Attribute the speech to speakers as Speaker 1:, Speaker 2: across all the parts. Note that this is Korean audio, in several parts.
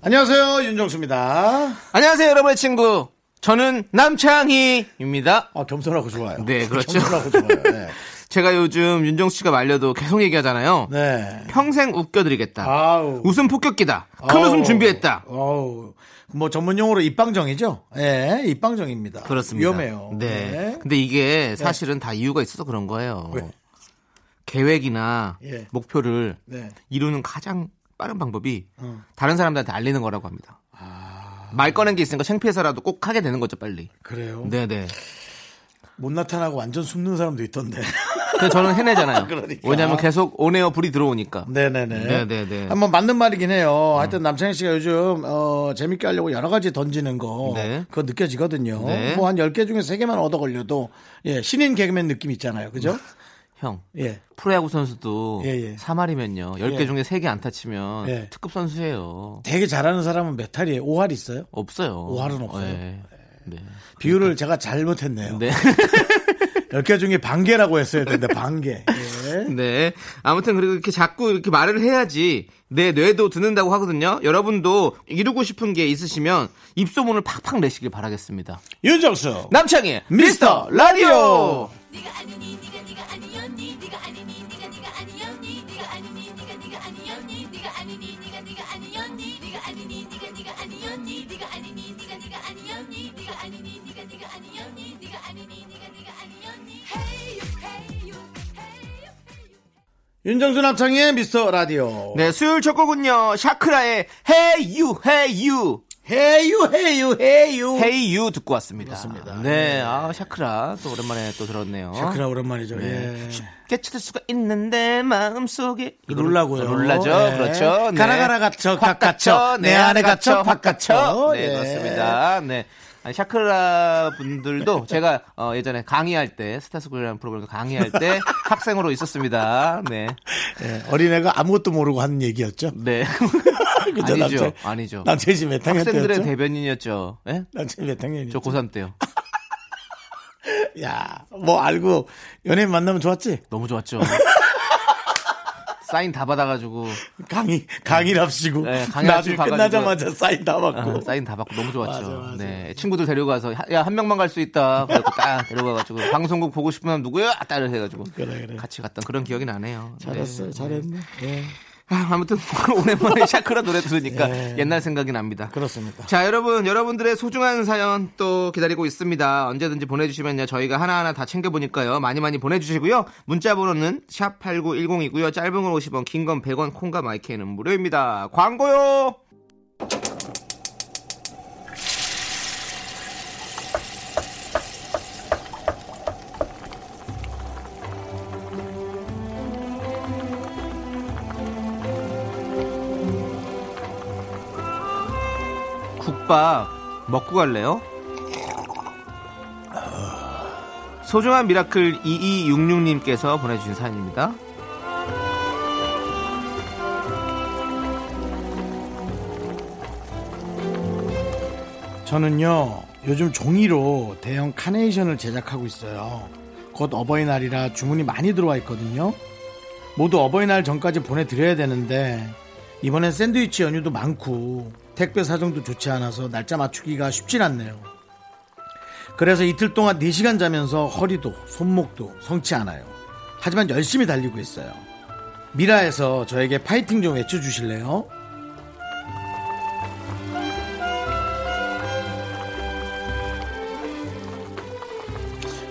Speaker 1: 안녕하세요 윤정수입니다.
Speaker 2: 안녕하세요, 여러분의 친구. 저는 남창희입니다.
Speaker 1: 아 겸손하고 좋아요.
Speaker 2: 네, 그렇죠.
Speaker 1: 겸손하고 좋아요. 네.
Speaker 2: 제가 요즘 윤정수 씨가 말려도 계속 얘기하잖아요.
Speaker 1: 네.
Speaker 2: 평생 웃겨드리겠다.
Speaker 1: 아우.
Speaker 2: 웃음 폭격기다. 큰
Speaker 1: 아우.
Speaker 2: 웃음 준비했다.
Speaker 1: 아우. 뭐 전문 용어로 입방정이죠? 예, 입방정입니다.
Speaker 2: 그렇습니다.
Speaker 1: 위험해요.
Speaker 2: 네. 근데 이게 사실은 다 이유가 있어서 그런 거예요.
Speaker 1: 왜?
Speaker 2: 계획이나
Speaker 1: 예.
Speaker 2: 목표를
Speaker 1: 네.
Speaker 2: 이루는 가장 빠른 방법이
Speaker 1: 어. 아.
Speaker 2: 다른 사람들한테 알리는 거라고 합니다. 말 꺼낸 게 있으니까 창피해서라도 꼭 하게 되는 거죠, 빨리.
Speaker 1: 그래요.
Speaker 2: 네네.
Speaker 1: 못 나타나고 완전 숨는 사람도 있던데.
Speaker 2: 근데 저는 해내잖아요.
Speaker 1: 그러니까.
Speaker 2: 왜냐하면 계속 온에어 불이 들어오니까.
Speaker 1: 네네네.
Speaker 2: 네네네. 음.
Speaker 1: 한번 맞는 말이긴 해요. 하여튼 남창희 씨가 요즘, 어, 재밌게 하려고 여러 가지 던지는 거.
Speaker 2: 네.
Speaker 1: 그거 느껴지거든요.
Speaker 2: 네.
Speaker 1: 뭐 한 10개 중에 3개만 얻어 걸려도, 예, 신인 개그맨 느낌 있잖아요. 그죠?
Speaker 2: 음. 형.
Speaker 1: 예.
Speaker 2: 프로야구 선수도
Speaker 1: 예, 예.
Speaker 2: 3할이면요. 10개
Speaker 1: 예.
Speaker 2: 중에 3개 안 타치면
Speaker 1: 예.
Speaker 2: 특급 선수예요.
Speaker 1: 되게 잘하는 사람은 몇 할이에요? 5할 있어요?
Speaker 2: 없어요.
Speaker 1: 오할은 없어요?
Speaker 2: 예. 네.
Speaker 1: 비율을 제가 잘못했네요.
Speaker 2: 네.
Speaker 1: 10개 중에 반개라고 했어야 되는데, 반개. 예.
Speaker 2: 네. 아무튼 그리고 이렇게 자꾸 이렇게 말을 해야지 내 뇌도 듣는다고 하거든요. 여러분도 이루고 싶은 게 있으시면 입소문을 팍팍 내시길 바라겠습니다.
Speaker 1: 윤정수!
Speaker 2: 남창희
Speaker 1: 미스터 라디오!
Speaker 3: 네가 아니니 네가 네가 아니었니 네가 아니니 네가 네가 아니었니 네가 아니니 네가 네가 아니었니 네가 아니니 네가 네가 아니었니 네가 아니니 네가 네가 아니었니 네가 아니니 네가 네가 아니었니 네가 아니니 네가 네가 아니었니 네가 아니니 네가 네가 아니었니 헤이 헤이 헤이
Speaker 1: 윤정수 남창희의 미스터 라디오.
Speaker 2: 네, 수요일 첫 곡은요. 샤크라의 Hey You, Hey You.
Speaker 1: 헤이유, 헤이유, 헤이유.
Speaker 2: Hey You 듣고 왔습니다.
Speaker 1: 그렇습니다.
Speaker 2: 네, 아, 샤크라 또 오랜만에 또 들었네요.
Speaker 1: 그라 오랜만이죠.
Speaker 2: 네.
Speaker 1: 예.
Speaker 2: 깨칠 수가 있는데 마음속에 이거
Speaker 1: 그 룰라고요.
Speaker 2: 룰라죠.
Speaker 1: 네.
Speaker 2: 그렇죠.
Speaker 1: 가라, 가라, 갇혀, 각 갇혀. 내 안에 갇혀, 밖 갇혀.
Speaker 2: 네,
Speaker 1: 예.
Speaker 2: 그렇습니다. 네. 아니, 샤크라 분들도 제가 어, 예전에 강의할 때 스타스쿨이라는 프로그램에서 강의할 때 학생으로 있었습니다. 네.
Speaker 1: 예, 어린애가 아무것도 모르고 하는 얘기였죠.
Speaker 2: 네.
Speaker 1: 그죠,
Speaker 2: 아니죠.
Speaker 1: 남자-
Speaker 2: 아니죠.
Speaker 1: 남창희 씨몇 학년
Speaker 2: 학생들의
Speaker 1: 때였죠? 그렇죠.
Speaker 2: 대변인이었죠. 예?
Speaker 1: 남창희 몇 학년이죠?
Speaker 2: 저 고3 때요.
Speaker 1: 야, 뭐 알고 연예인 만나면 좋았지?
Speaker 2: 너무 좋았죠. 사인 다 받아가지고
Speaker 1: 강의, 강의랍시고.
Speaker 2: 네, 강의
Speaker 1: 나중에
Speaker 2: 가가지고.
Speaker 1: 끝나자마자 사인 다 받고.
Speaker 2: 어, 사인 다 받고 너무 좋았죠.
Speaker 1: 아. 맞아, 맞아.
Speaker 2: 네. 친구들 데려가서 야 한 명만 갈 수 있다. 그래갖고 딱 데려가가지고 방송국 보고 싶으면 누구야? 따를 해가지고
Speaker 1: 그래, 그래.
Speaker 2: 같이 갔던 그런 기억이 나네요.
Speaker 1: 네. 잘했어요,
Speaker 2: 네.
Speaker 1: 잘했네. 예.
Speaker 2: 아, 아무튼 오랜만에 샤크라 노래 들으니까
Speaker 1: 예.
Speaker 2: 옛날 생각이 납니다.
Speaker 1: 그렇습니다.
Speaker 2: 자 여러분 여러분들의 소중한 사연 또 기다리고 있습니다 언제든지 보내주시면요 저희가 하나하나 다 챙겨보니까요 많이 많이 보내주시고요 문자 번호는 샵 8910이고요 짧은 건 50원 긴 건 100원 콩과 마이크는 무료입니다 광고요 국밥 먹고 갈래요? 소중한 미라클 2266님께서 보내주신 사연입니다.
Speaker 1: 저는요 요즘 종이로 대형 카네이션을 제작하고 있어요. 곧 어버이날이라 주문이 많이 들어와 있거든요. 모두 어버이날 전까지 보내드려야 되는데 이번엔 샌드위치 연휴도 많고 택배 사정도 좋지 않아서 날짜 맞추기가 쉽진 않네요. 그래서 이틀 동안 4시간 자면서 허리도 손목도 성치 않아요. 하지만 열심히 달리고 있어요. 미라에서 저에게 파이팅 좀 외쳐주실래요?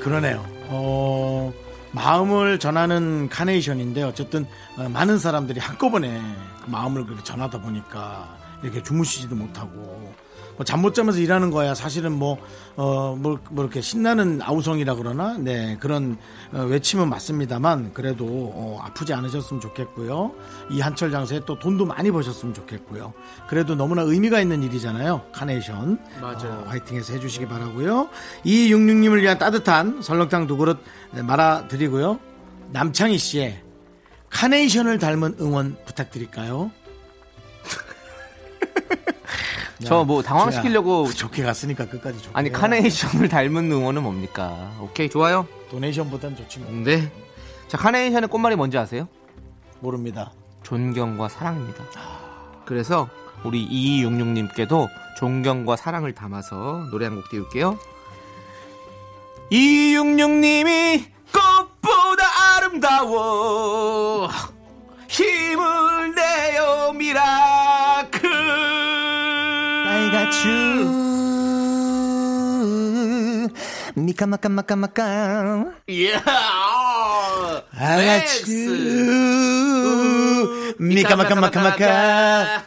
Speaker 1: 그러네요. 어, 마음을 전하는 카네이션인데 어쨌든 어, 많은 사람들이 한꺼번에 그 마음을 그렇게 전하다 보니까 이렇게 주무시지도 못하고 잠 못 자면서 일하는 거야 사실은 뭐 어, 뭐, 뭐 이렇게 신나는 아우성이라 그러나 네 그런 어, 외침은 맞습니다만 그래도 어, 아프지 않으셨으면 좋겠고요 이 한철 장사에 또 돈도 많이 버셨으면 좋겠고요 그래도 너무나 의미가 있는 일이잖아요 카네이션
Speaker 2: 맞아요.
Speaker 1: 어, 화이팅해서 해주시기 바라고요 이육육님을 위한 따뜻한 설렁탕 두 그릇 네, 말아드리고요 남창희 씨의 카네이션을 닮은 응원 부탁드릴까요?
Speaker 2: 저 뭐 당황시키려고
Speaker 1: 좋게 갔으니까 끝까지 좋게
Speaker 2: 아니 카네이션을 닮은 응원은 뭡니까? 오케이 좋아요.
Speaker 1: 도네이션보단 좋지 뭐.
Speaker 2: 네. 자 카네이션의 꽃말이 뭔지 아세요?
Speaker 1: 모릅니다.
Speaker 2: 존경과 사랑입니다.
Speaker 1: 아.
Speaker 2: 그래서 우리 2266님께도 존경과 사랑을 담아서 노래 한 곡 띄울게요. 2266님이 꽃보다 아름다워 힘을 내요 미라클
Speaker 4: 미카마카마카마카
Speaker 2: 예.
Speaker 1: I got you. 미카마카마카마카.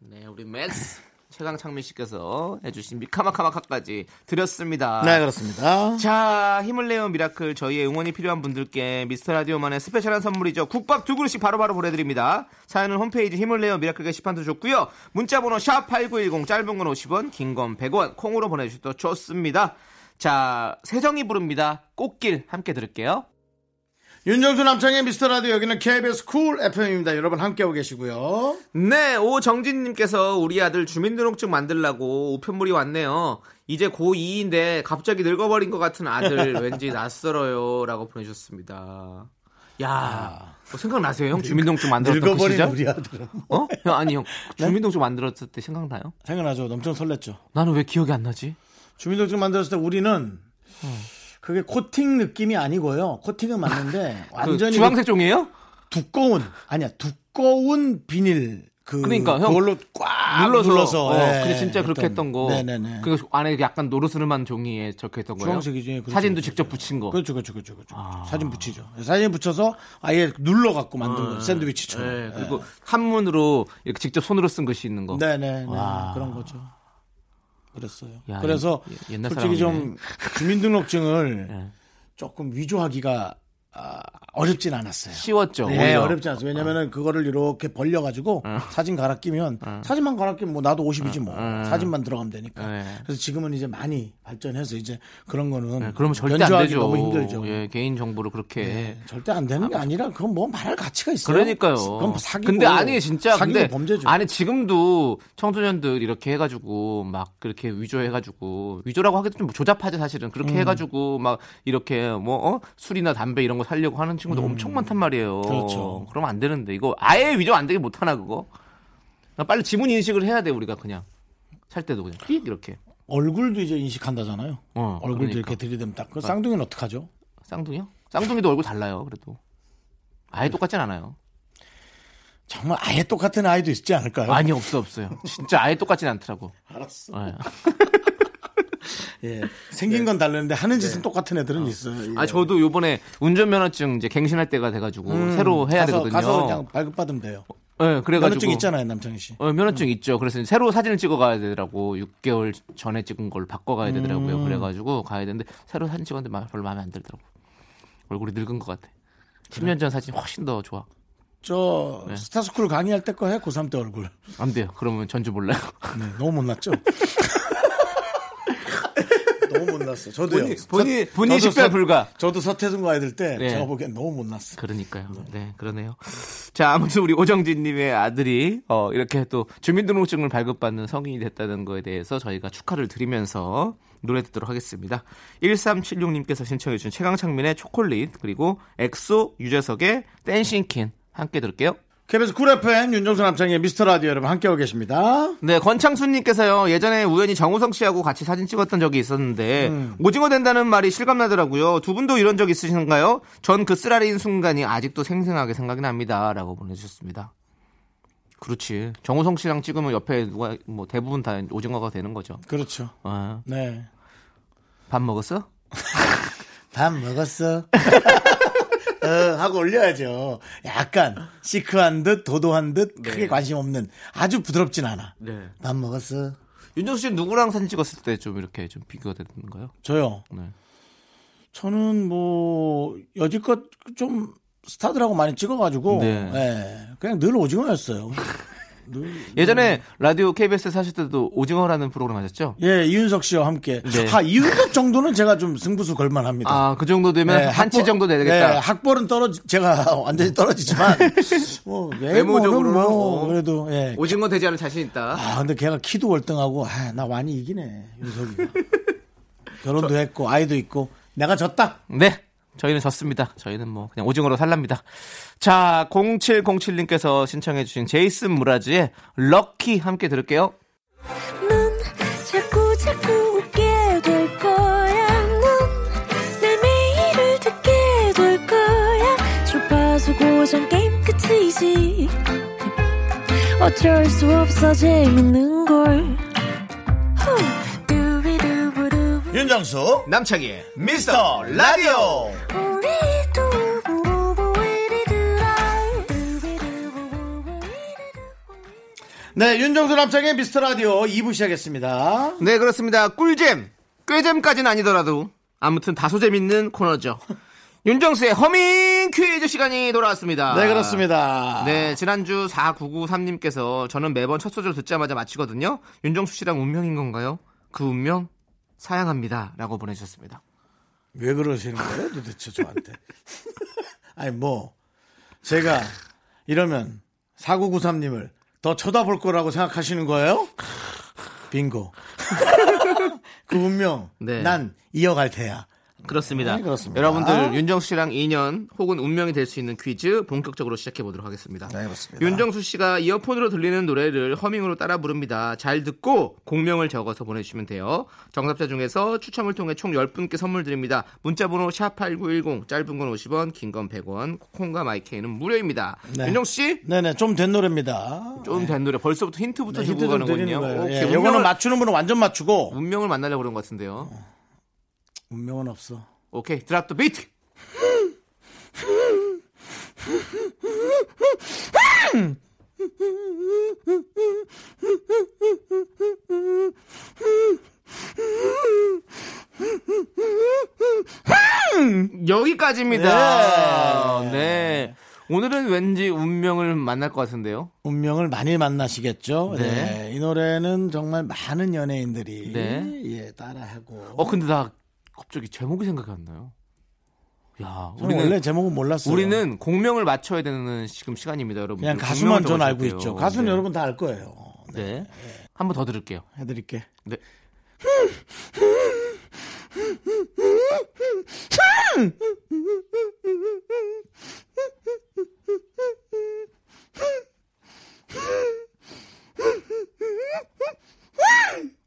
Speaker 2: 네, 우리 맥스 최강창민 씨께서 해주신 미카마카마카까지 드렸습니다.
Speaker 1: 네 그렇습니다.
Speaker 2: 자, 힘을 내요 미라클 저희의 응원이 필요한 분들께 미스터 라디오만의 스페셜한 선물이죠. 국밥 두 그릇씩 바로바로 보내드립니다. 사연은 홈페이지 힘을 내요 미라클 게시판도 좋고요. 문자번호 샵 #8910 짧은 건 50원, 긴 건 100원 콩으로 보내주셔도 좋습니다. 자, 세정이 부릅니다. 꽃길 함께 들을게요.
Speaker 1: 윤정수 남창의 미스터 라디오 여기는 KBS 쿨 FM입니다. 여러분 함께하고 계시고요.
Speaker 2: 네, 오정진님께서 우리 아들 주민등록증 만들라고 우편물이 왔네요. 이제 고2인데 갑자기 늙어버린 것 같은 아들 왠지 낯설어요. 라고 보내주셨습니다. 야 뭐 생각나세요, 형? 주민등록증 만들었던 그
Speaker 1: 네, 늙어버린
Speaker 2: 시절?
Speaker 1: 우리 아들은
Speaker 2: 어? 형, 아니, 형. 주민등록증 만들었을 때 생각나요?
Speaker 1: 생각나죠. 엄청 설렜죠.
Speaker 2: 나는 왜 기억이 안 나지?
Speaker 1: 주민등록증 만들었을 때 우리는 그게 코팅 느낌이 아니고요. 코팅은 맞는데
Speaker 2: 그
Speaker 1: 완전히
Speaker 2: 주황색 종이에요?
Speaker 1: 두꺼운 아니야 두꺼운 비닐 그
Speaker 2: 그러니까 형
Speaker 1: 그걸로 꽉 눌러서,
Speaker 2: 어,
Speaker 1: 예,
Speaker 2: 근데 진짜 그렇게 했던 거.
Speaker 1: 네네네.
Speaker 2: 그 안에 약간 노르스름한 종이에 적혀 있던 거예요.
Speaker 1: 주황색이지, 그렇죠,
Speaker 2: 사진도
Speaker 1: 그렇죠.
Speaker 2: 직접 붙인 거.
Speaker 1: 그렇죠, 그렇죠, 그렇죠. 그렇죠.
Speaker 2: 아.
Speaker 1: 사진 붙이죠. 사진 붙여서 아예 눌러 갖고 만든 거예요. 샌드위치처럼.
Speaker 2: 네, 그리고 한문으로 이렇게 직접 손으로 쓴 글씨 있는 거.
Speaker 1: 네, 네, 네. 그런 거죠. 그랬어요.
Speaker 2: 야,
Speaker 1: 그래서
Speaker 2: 이- 옛날
Speaker 1: 솔직히 좀
Speaker 2: 사람이네.
Speaker 1: 주민등록증을
Speaker 2: 네.
Speaker 1: 조금 위조하기가 아, 어렵진 않았어요.
Speaker 2: 쉬웠죠.
Speaker 1: 네,
Speaker 2: 오히려. 어.
Speaker 1: 어렵지 않습니다. 왜냐면은 그거를 이렇게 벌려가지고 사진 갈아 끼면 사진만 갈아 끼면 뭐 나도 50이지 뭐 사진만 들어가면 되니까.
Speaker 2: 네.
Speaker 1: 그래서 지금은 이제 많이 발전해서 이제 그런 거는
Speaker 2: 네, 그러면 절대 안
Speaker 1: 변조하기
Speaker 2: 되죠.
Speaker 1: 너무 힘들죠.
Speaker 2: 예, 개인 정보를 그렇게.
Speaker 1: 네, 절대 안 되는 게 아니라 그건 뭐 말할 가치가 있어요.
Speaker 2: 그러니까요.
Speaker 1: 그럼 사기고.
Speaker 2: 근데 아니 진짜
Speaker 1: 사기고
Speaker 2: 근데
Speaker 1: 범죄죠.
Speaker 2: 아니 지금도 청소년들 이렇게 해가지고 막 그렇게 위조해가지고 위조라고 하기도 좀 조잡하죠 사실은 그렇게
Speaker 1: 음.
Speaker 2: 해가지고 막 이렇게 뭐 어? 술이나 담배 이런 거 살려고 하는 친구도 엄청 많단 말이에요.
Speaker 1: 음. 그렇죠.
Speaker 2: 그러면 안 되는데 이거 아예 위조 안 되게 못 하나 그거. 나 빨리 지문 인식을 해야 돼 우리가 그냥 살 때도 그냥 삑 이렇게
Speaker 1: 얼굴도 이제 인식한다잖아요.
Speaker 2: 어,
Speaker 1: 얼굴도
Speaker 2: 그러니까.
Speaker 1: 이렇게 들이대면 딱. 그 쌍둥이는 어떡하죠?
Speaker 2: 쌍둥이요? 쌍둥이도 얼굴 달라요 그래도 아예 똑같진 않아요.
Speaker 1: 정말 아예 똑같은 아이도 있지 않을까요?
Speaker 2: 아니 없어 없어요. 진짜 아예 똑같진 않더라고.
Speaker 1: 알았어.
Speaker 2: 예.
Speaker 1: 예. 생긴 건 다르는데 하는 짓은 똑같은 애들은 있어요. 예.
Speaker 2: 네. 아 저도 요번에 운전면허증 이제 갱신할 때가 돼가지고 새로
Speaker 1: 음,
Speaker 2: 해야
Speaker 1: 가서,
Speaker 2: 되거든요.
Speaker 1: 가서 그냥 발급받으면 돼요.
Speaker 2: 예, 그래가지고
Speaker 1: 면허증 있잖아요, 남창희 씨.
Speaker 2: 어, 면허증 있죠. 그래서 이제 새로 사진을 찍어가야 되더라고. 6개월 전에 찍은 걸 바꿔가야
Speaker 1: 음.
Speaker 2: 되더라고요. 그래가지고 가야 되는데 새로 사진 찍었는데 마- 별로 마음에 안 들더라고. 얼굴이 늙은 것 같아. 10년 전 사진 이 훨씬 더 좋아.
Speaker 1: 저 스타스쿨 강의할 때 거 해, 고3 때 얼굴.
Speaker 2: 안 돼요. 그러면 전주 몰라요.
Speaker 1: 네, 너무 못났죠? 너무 못났어. 저도요.
Speaker 2: 본인-
Speaker 1: 네, 저-
Speaker 2: 본인
Speaker 1: 저도
Speaker 2: 식별
Speaker 1: 서-
Speaker 2: 불가.
Speaker 1: 저도 서태순과 아이들 때
Speaker 2: 네.
Speaker 1: 제가 보기엔 너무 못났어.
Speaker 2: 그러니까요. 네, 그러네요. 자, 아무튼 우리 오정진님의 아들이 어, 이렇게 또 주민등록증을 발급받는 성인이 됐다는 거에 대해서 저희가 축하를 드리면서 노래 듣도록 하겠습니다. 1376님께서 신청해주신 최강창민의 초콜릿 그리고 엑소 유재석의 댄싱퀸 함께 들을게요.
Speaker 1: KBS 쿨 FM 윤정수 남창의 미스터 라디오 여러분 함께하고 계십니다.
Speaker 2: 네, 권창수님께서요, 예전에 우연히 정우성 씨하고 같이 사진 찍었던 적이 있었는데, 오징어 된다는 말이 실감나더라고요. 두 분도 이런 적 있으신가요? 전 그 쓰라린 순간이 아직도 생생하게 생각이 납니다. 라고 보내주셨습니다. 그렇지. 정우성 씨랑 찍으면 옆에 누가, 뭐, 대부분 다 오징어가 되는 거죠.
Speaker 1: 그렇죠.
Speaker 2: 아,
Speaker 1: 네.
Speaker 2: 밥 먹었어?
Speaker 1: 밥 먹었어. 어, 하고 올려야죠. 약간 네. 시크한 듯 도도한 듯 크게 관심 없는 아주 부드럽진 않아.
Speaker 2: 네.
Speaker 1: 밥 먹었어.
Speaker 2: 윤정수 씨는 누구랑 사진 찍었을 때 좀 이렇게 좀 비교가 되는가요?
Speaker 1: 저요.
Speaker 2: 네.
Speaker 1: 저는 뭐 여지껏 좀 스타들하고 많이 찍어가지고
Speaker 2: 네.
Speaker 1: 예, 그냥 늘 오징어였어요.
Speaker 2: 예전에 라디오 KBS 사실 때도 오징어라는 프로그램 하셨죠?
Speaker 1: 예, 이윤석 씨와 함께.
Speaker 2: 네.
Speaker 1: 아, 이윤석 정도는 제가 좀 승부수 걸만합니다.
Speaker 2: 아 네, 그 정도 되면
Speaker 1: 예,
Speaker 2: 한 치
Speaker 1: 학벌-
Speaker 2: 정도
Speaker 1: 예,
Speaker 2: 되겠다.
Speaker 1: 학벌은 떨어지 제가 완전히 떨어지지만 뭐 외모적으로는
Speaker 2: 외모적으로는
Speaker 1: 뭐
Speaker 2: 뭐.
Speaker 1: 그래도 예.
Speaker 2: 오징어 되지 않을 자신 있다.
Speaker 1: 아 근데 걔가 키도 월등하고 아, 나 많이 이기네 윤석이가 결혼도 했고 아이도 있고 내가 졌다.
Speaker 2: 네. 저희는 졌습니다. 저희는 뭐 그냥 오징어로 살랍니다. 자, 0707님께서 신청해 주신 제이슨 무라지의 럭키 함께 들을게요.
Speaker 5: 넌 자꾸 자꾸 웃게 될 거야. 넌내 매일을 듣게 될 거야. 주파수 고정 게임 끝이지. 어쩔 수 없어 재밌는 걸. 후. 두비두부두부.
Speaker 1: 윤정수
Speaker 2: 남창희의
Speaker 1: 미스터 라디오
Speaker 5: 우리 두부부부 우리들아. 두비두부부부 우리들아.
Speaker 1: 네 윤정수 남창의 미스터 라디오 2부 시작했습니다.
Speaker 2: 네, 그렇습니다. 꿀잼. 꿀잼까지는 아니더라도 아무튼 다소 재밌는 코너죠. 윤정수의 허밍 퀴즈 시간이 돌아왔습니다.
Speaker 1: 네 그렇습니다.
Speaker 2: 네, 지난주 4993님께서 저는 매번 첫 소절 듣자마자 마치거든요. 윤정수 씨랑 운명인 건가요? 그 운명 사양합니다. 라고 보내주셨습니다.
Speaker 1: 왜 그러시는 거예요 도대체 저한테? 아니 뭐 제가 이러면 4993님을 더 쳐다볼 거라고 생각하시는 거예요? 빙고. 그 운명
Speaker 2: 네.
Speaker 1: 난 이어갈 테야.
Speaker 2: 그렇습니다.
Speaker 1: 네, 그렇습니다.
Speaker 2: 여러분들 윤정수 씨랑 인연 혹은 운명이 될 수 있는 퀴즈 본격적으로 시작해 보도록 하겠습니다.
Speaker 1: 네, 그렇습니다.
Speaker 2: 윤정수 씨가 이어폰으로 들리는 노래를 허밍으로 따라 부릅니다. 잘 듣고 공명을 적어서 보내주시면 돼요. 정답자 중에서 추첨을 통해 총 10분께 선물 드립니다. 문자번호 샵8910 짧은 건 50원 긴 건 100원 콩과 마이케이는 무료입니다.
Speaker 1: 네.
Speaker 2: 윤정수 씨
Speaker 1: 네네 좀 된 노래입니다.
Speaker 2: 좀 된 노래 벌써부터 힌트부터
Speaker 1: 네,
Speaker 2: 주고
Speaker 1: 힌트 좀 드리는
Speaker 2: 가는군요. 어,
Speaker 1: 거예요.
Speaker 2: 오케이,
Speaker 1: 예,
Speaker 2: 운명을-
Speaker 1: 요거는 맞추는 분은 완전 맞추고
Speaker 2: 운명을 만나려고 그런 것 같은데요.
Speaker 1: 운명은 없어.
Speaker 2: 오케이 드랍 더 비트 여기까지입니다.
Speaker 1: 네.
Speaker 2: 네. 오늘은 왠지 운명을 만날 것 같은데요.
Speaker 1: 운명을 많이 만나시겠죠.
Speaker 2: 네.
Speaker 1: 네, 이 노래는 정말 많은 연예인들이
Speaker 2: 네.
Speaker 1: 예 따라하고.
Speaker 2: 어, 근데 나 갑자기 제목이 생각이 안 나요. 야,
Speaker 1: 저는
Speaker 2: 우리는
Speaker 1: 원래 제목은 몰랐어요.
Speaker 2: 우리는 음, 공명을 맞춰야 되는 지금 시간입니다, 여러분.
Speaker 1: 그렇죠. 그냥 가수만 전 알고 있죠. 가수는 여러분 다 알 거예요. 네.
Speaker 2: 네. 한 번 더 들을게요.
Speaker 1: 해드릴게.
Speaker 2: 네.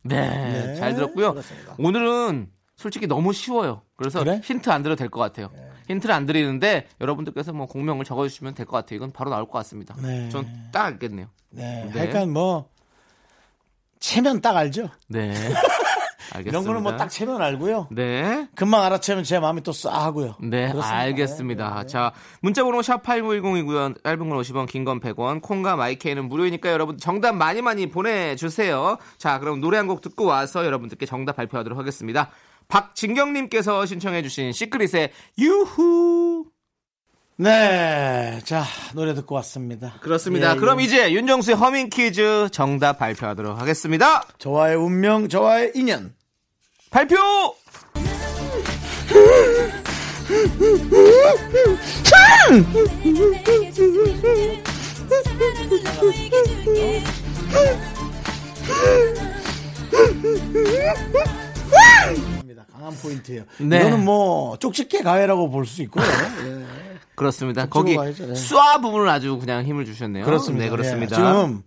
Speaker 2: 네,
Speaker 1: 네,
Speaker 2: 잘 들었고요.
Speaker 1: 그렇습니다.
Speaker 2: 오늘은 솔직히 너무 쉬워요. 그래서
Speaker 1: 그래? 네.
Speaker 2: 힌트 안 드려도 될 것 같아요. 힌트를 안 드리는데 여러분들께서 뭐 공명을 적어주시면 될 것 같아요. 이건 바로 나올 것 같습니다.
Speaker 1: 네.
Speaker 2: 전 딱 알겠네요.
Speaker 1: 네.
Speaker 2: 네.
Speaker 1: 그러니까 뭐 체면 딱 알죠.
Speaker 2: 네. 알겠습니다.
Speaker 1: 이런 거는 뭐 딱 체면 알고요.
Speaker 2: 네.
Speaker 1: 금방 알아채면 제 마음이 또 싸하고요.
Speaker 2: 네, 알겠습니다. 네. 자, 문자번호 샵8910이고요. 짧은 건 50원, 긴 건 100원, 콩과 마이케이는 무료이니까 여러분 정답 많이 많이 보내주세요. 자, 그럼 노래 한 곡 듣고 와서 여러분들께 정답 발표하도록 하겠습니다. 박진경님께서 신청해주신 시크릿의 유후.
Speaker 1: 네. 자, 노래 듣고 왔습니다.
Speaker 2: 그렇습니다.
Speaker 1: 예, 예.
Speaker 2: 그럼 이제 윤정수의 허밍 퀴즈 정답 발표하도록 하겠습니다.
Speaker 1: 저와의 운명, 저와의 인연.
Speaker 2: 발표!
Speaker 1: 입니다. 강한 포인트예요.
Speaker 2: 네.
Speaker 1: 이거는 뭐 쪽집게 가해라고 볼 수 있고요. 예.
Speaker 2: 그렇습니다.
Speaker 1: 그쪽으로
Speaker 2: 거기
Speaker 1: 가야죠, 네.
Speaker 2: 쏴 부분을 아주 그냥 힘을 주셨네요. 네, 그렇습니다.
Speaker 1: 예, 지금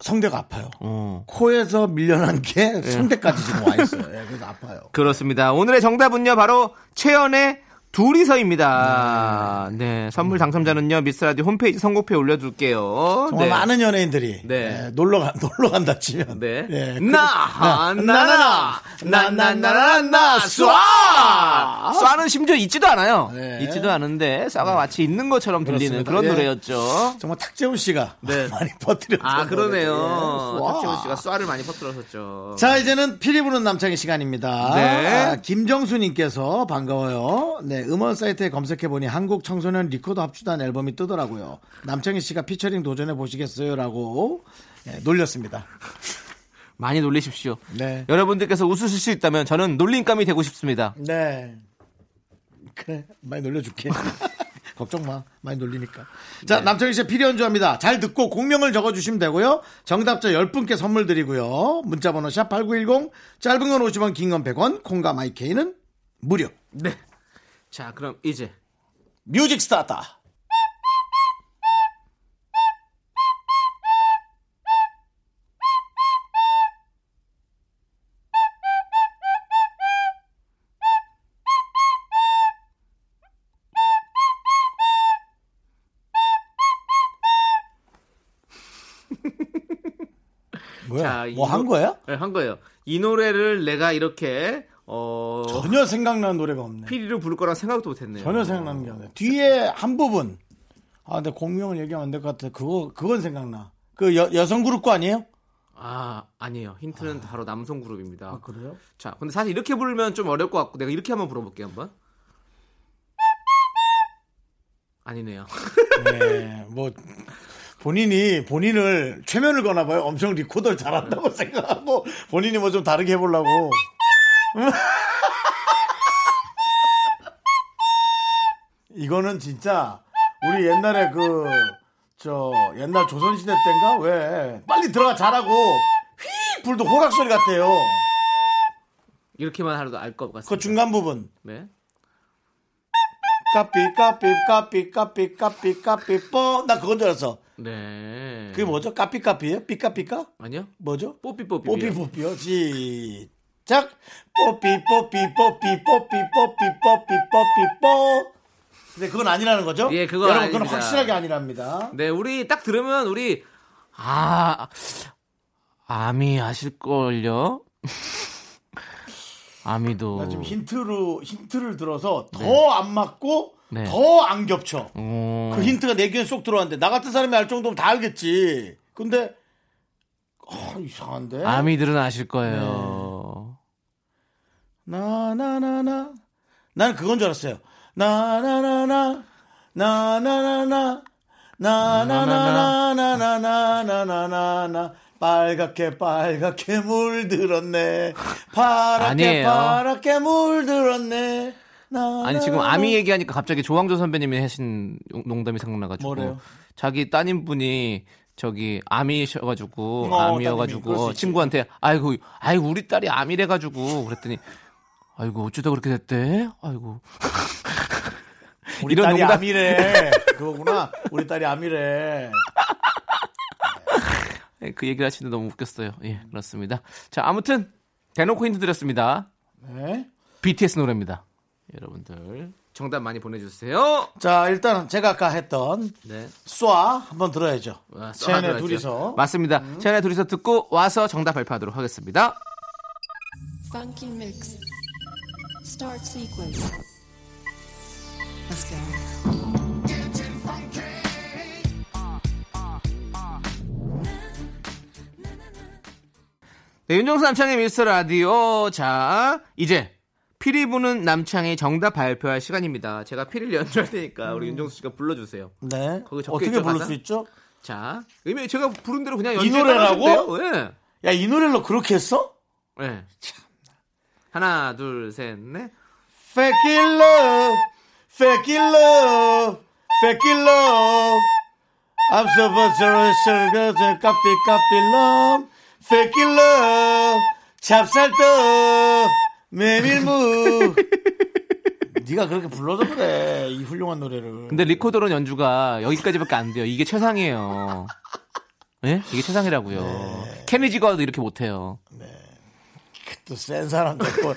Speaker 1: 성대가 아파요.
Speaker 2: 어.
Speaker 1: 코에서 밀려난 게 성대까지 지금 와 있어요. 예, 그래서 예, 아파요.
Speaker 2: 그렇습니다. 오늘의 정답은요, 바로 최연의 둘이서입니다. 네, 선물 당첨자는요 미스라디 홈페이지 선곡표에 올려둘게요.
Speaker 1: 정말
Speaker 2: 네.
Speaker 1: 많은 연예인들이
Speaker 2: 네.
Speaker 1: 네, 놀러 간 놀러 간다 치면
Speaker 2: 네.
Speaker 1: 예,
Speaker 2: 나,
Speaker 1: 그-
Speaker 2: 나나나, 나나나나나, 아, 쏴! 쏴는 심지어 있지도 않아요.
Speaker 1: 네.
Speaker 2: 있지도 않은데, 쏴가 마치 있는 것처럼
Speaker 1: 그렇습니다.
Speaker 2: 들리는 네. 그런
Speaker 1: 예.
Speaker 2: 노래였죠.
Speaker 1: 정말 탁재훈 씨가
Speaker 2: 네.
Speaker 1: 많이 퍼뜨렸던
Speaker 2: 아,
Speaker 1: 노래예요.
Speaker 2: 그러네요.
Speaker 1: 와.
Speaker 2: 탁재훈 씨가 쏴를 많이 퍼뜨렸었죠.
Speaker 1: 자 이제는 피리 부는 남창의 시간입니다.
Speaker 2: 네.
Speaker 1: 아, 김정수님께서 반가워요. 네 음원 사이트에 검색해 보니 한국 청소년 리코더 합주단 앨범이 뜨더라고요. 남창희 씨가 피처링 도전해 보시겠어요?라고 네, 놀렸습니다.
Speaker 2: 많이 놀리십시오.
Speaker 1: 네.
Speaker 2: 여러분들께서 웃으실 수 있다면 저는 놀림감이 되고 싶습니다.
Speaker 1: 네. 그래, 많이 놀려줄게. 걱정 마. 많이 놀리니까. 자, 남창희 씨의 필요한 조합니다. 잘 듣고 공명을 적어주시면 되고요. 정답자 10분께 선물 드리고요. 문자번호 샵8910, 짧은 건 50원, 긴 건 100원, 콩과 마이케이는 무료.
Speaker 2: 네. 자, 그럼 이제.
Speaker 1: 뮤직 스타트.
Speaker 2: 자,
Speaker 1: 뭐야?
Speaker 2: 이
Speaker 1: 뭐 한
Speaker 2: 노-
Speaker 1: 거예요?
Speaker 2: 네, 한 거예요. 이 노래를 내가 이렇게, 어,
Speaker 1: 전혀 생각나는 노래가 없네.
Speaker 2: 피리로 부를 거라 생각도 못 했네요.
Speaker 1: 전혀 생각나는 게 없네. 뒤에 한 부분. 아, 근데 공명을 얘기하면 안 될 것 같아. 그거, 그건 생각나. 그 여, 여성 그룹 거 아니에요?
Speaker 2: 아, 아니에요. 힌트는 바로 남성 그룹입니다.
Speaker 1: 아, 그래요?
Speaker 2: 자, 근데 사실 이렇게 부르면 좀 어려울 것 같고 내가 이렇게 한번 불러볼게요, 한번. 아니네요.
Speaker 1: 네, 뭐, 본인이, 본인을, 최면을 거나 봐요. 엄청 리코더를 잘한다고 생각하고, 본인이 뭐 좀 다르게 해보려고. 음. 이거는 진짜, 우리 옛날에 그, 저, 옛날 조선시대 때인가? 왜, 빨리 들어가 잘하고, 휘! 불도 호각소리 같아요.
Speaker 2: 이렇게만 하려도 알 것 같습니다.
Speaker 1: 그 중간 부분.
Speaker 2: 네.
Speaker 1: 까삐, 까삐, 까삐, 까삐, 까삐, 까삐, 뽀. 나 그건 줄 알았어.
Speaker 2: 네.
Speaker 1: 그게 뭐죠? 까삐, 까삐예요 삐까, 삐까?
Speaker 2: 아니요?
Speaker 1: 뭐죠?
Speaker 2: 뽀삐 뽀삐.
Speaker 1: 뽀삐 뽀삐요 시작 뽀삐 뽀삐 뽀삐 뽀삐 뽀삐 뽀삐 뽀삐 뽀 근데 그건 아니라는 거죠?
Speaker 2: 예, 그건
Speaker 1: 여러분 그건
Speaker 2: 아닙니다.
Speaker 1: 확실하게 아니랍니다
Speaker 2: 네, 우리 딱 들으면 우리 아 아미 아실 걸요. 아미도
Speaker 1: 나 지금 힌트로 힌트를 들어서 더 안 맞고
Speaker 2: 네.
Speaker 1: 더 안 겹쳐
Speaker 2: 어,
Speaker 1: 그 힌트가 내 귀에 쏙 들어왔는데 나 같은 사람이 알 정도면 다 알겠지 근데 아 이상한데
Speaker 2: 아미들은 아실
Speaker 1: 네.
Speaker 2: 거예요.
Speaker 1: 나나나나 나는 그건 줄 알았어요 나나나나 나나나나 나나나나나나나나나나 빨갛게 빨갛게 물들었네 파랗게
Speaker 2: 아니에요.
Speaker 1: 파랗게 물들었네 나나나나.
Speaker 2: 아니 지금 아미 얘기하니까 갑자기 조항조 선배님이 하신 용- 농담이 생각나가지고
Speaker 1: 뭐래요?
Speaker 2: 자기 따님분이 저기
Speaker 1: 어,
Speaker 2: 아미셔가지고
Speaker 1: 따님이. 그럴 수
Speaker 2: 아미여가지고
Speaker 1: 있지.
Speaker 2: 친구한테 아이고 아이고 우리 딸이 아미래가지고 그랬더니 아이고 어쩌다 그렇게 됐대 아이고
Speaker 1: 우리
Speaker 2: 이런
Speaker 1: 딸이
Speaker 2: 농담-
Speaker 1: 아미래 그거구나 우리 딸이 아미래
Speaker 2: 예, 그 얘기를 하시는데 너무 웃겼어요 예 그렇습니다 자 아무튼 대놓고 힌트 드렸습니다
Speaker 1: 네.
Speaker 2: BTS 노래입니다 여러분들 정답 많이 보내주세요
Speaker 1: 자 일단 제가 아까 했던
Speaker 2: 네
Speaker 1: 쏴 한번 들어야죠
Speaker 2: 와,
Speaker 1: 쟤네
Speaker 2: 써놔줘야죠.
Speaker 1: 둘이서 음.
Speaker 2: 맞습니다 쟤네 둘이서 듣고 와서 정답 발표하도록 하겠습니다
Speaker 6: Funky mix. Start sequence. Let's go.
Speaker 2: 네, 윤종수 남창의 미스터 라디오. 자, 이제 피리 부는 남창의 정답 발표할 시간입니다. 제가 피리를 연주할 테니까
Speaker 1: 음.
Speaker 2: 우리 윤종수 씨가 불러주세요.
Speaker 1: 네
Speaker 2: 거기 적혀
Speaker 1: 어떻게
Speaker 2: 있죠,
Speaker 1: 부를
Speaker 2: 가사?
Speaker 1: 수 있죠?
Speaker 2: 자, 의미 제가 부른 대로 그냥
Speaker 1: 이
Speaker 2: 연주.
Speaker 1: 노래라고?
Speaker 2: 예.
Speaker 1: 야, 이 노래로 그렇게 했어?
Speaker 2: 예. 하나, 둘, 셋, 넷.
Speaker 1: Fake it love, fake it love, fake it love. I'm so buzzerous, 까삐, 까삐 love, fake it love, 찹쌀떡, 메밀무. 네가 그렇게 불러서 그래, 이 훌륭한 노래를.
Speaker 2: 근데 리코더론 연주가 여기까지밖에 안 돼요. 이게 최상이에요. 네. 예? 이게 최상이라고요. 케미지가도 이렇게 못해요.
Speaker 1: 또 센 사람 갖고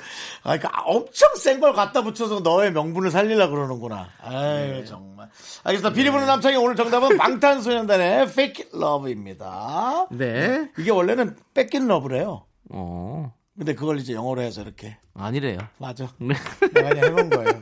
Speaker 1: 아, 그러니까 엄청 센 걸 갖다 붙여서 너의 명분을 살리려 그러는구나. 아유
Speaker 2: 네.
Speaker 1: 정말. 알겠습니다. 비리부는 남창이 오늘 정답은 방탄소년단의 Fake Love입니다.
Speaker 2: 네.
Speaker 1: 이게 원래는 뺏긴 러브래요.
Speaker 2: 어,
Speaker 1: 근데 그걸 이제 영어로 해서 이렇게
Speaker 2: 아니래요.
Speaker 1: 맞아.
Speaker 2: 네.
Speaker 1: 내가 그냥 해본 거예요.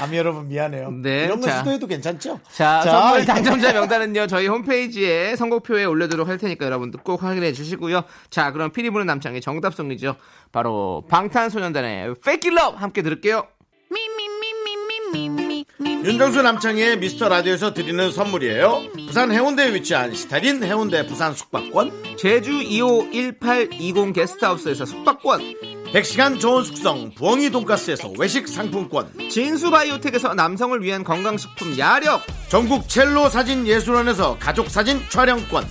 Speaker 1: 아미 여러분 미안해요.
Speaker 2: 네,
Speaker 1: 이런 건
Speaker 2: 자.
Speaker 1: 시도해도 괜찮죠?
Speaker 2: 자, 선물 당첨자 명단은요, 저희 홈페이지에 선곡표에 올려도록 할 테니까 여러분들 꼭 확인해 주시고요. 자, 그럼 피리 부는 남창의 정답송이죠. 바로 방탄소년단의 Fake Love 함께 들을게요.
Speaker 1: 윤정수 남창의 미스터 라디오에서 드리는 선물이에요. 부산 해운대에 위치한 시타딘 해운대 부산 숙박권,
Speaker 2: 제주 2호 1820 게스트하우스에서 숙박권,
Speaker 1: 100시간 좋은 숙성 부엉이 돈가스에서 외식 상품권,
Speaker 2: 진수바이오텍에서 남성을 위한 건강식품 야력,
Speaker 1: 전국 첼로 사진 예술원에서 가족 사진 촬영권,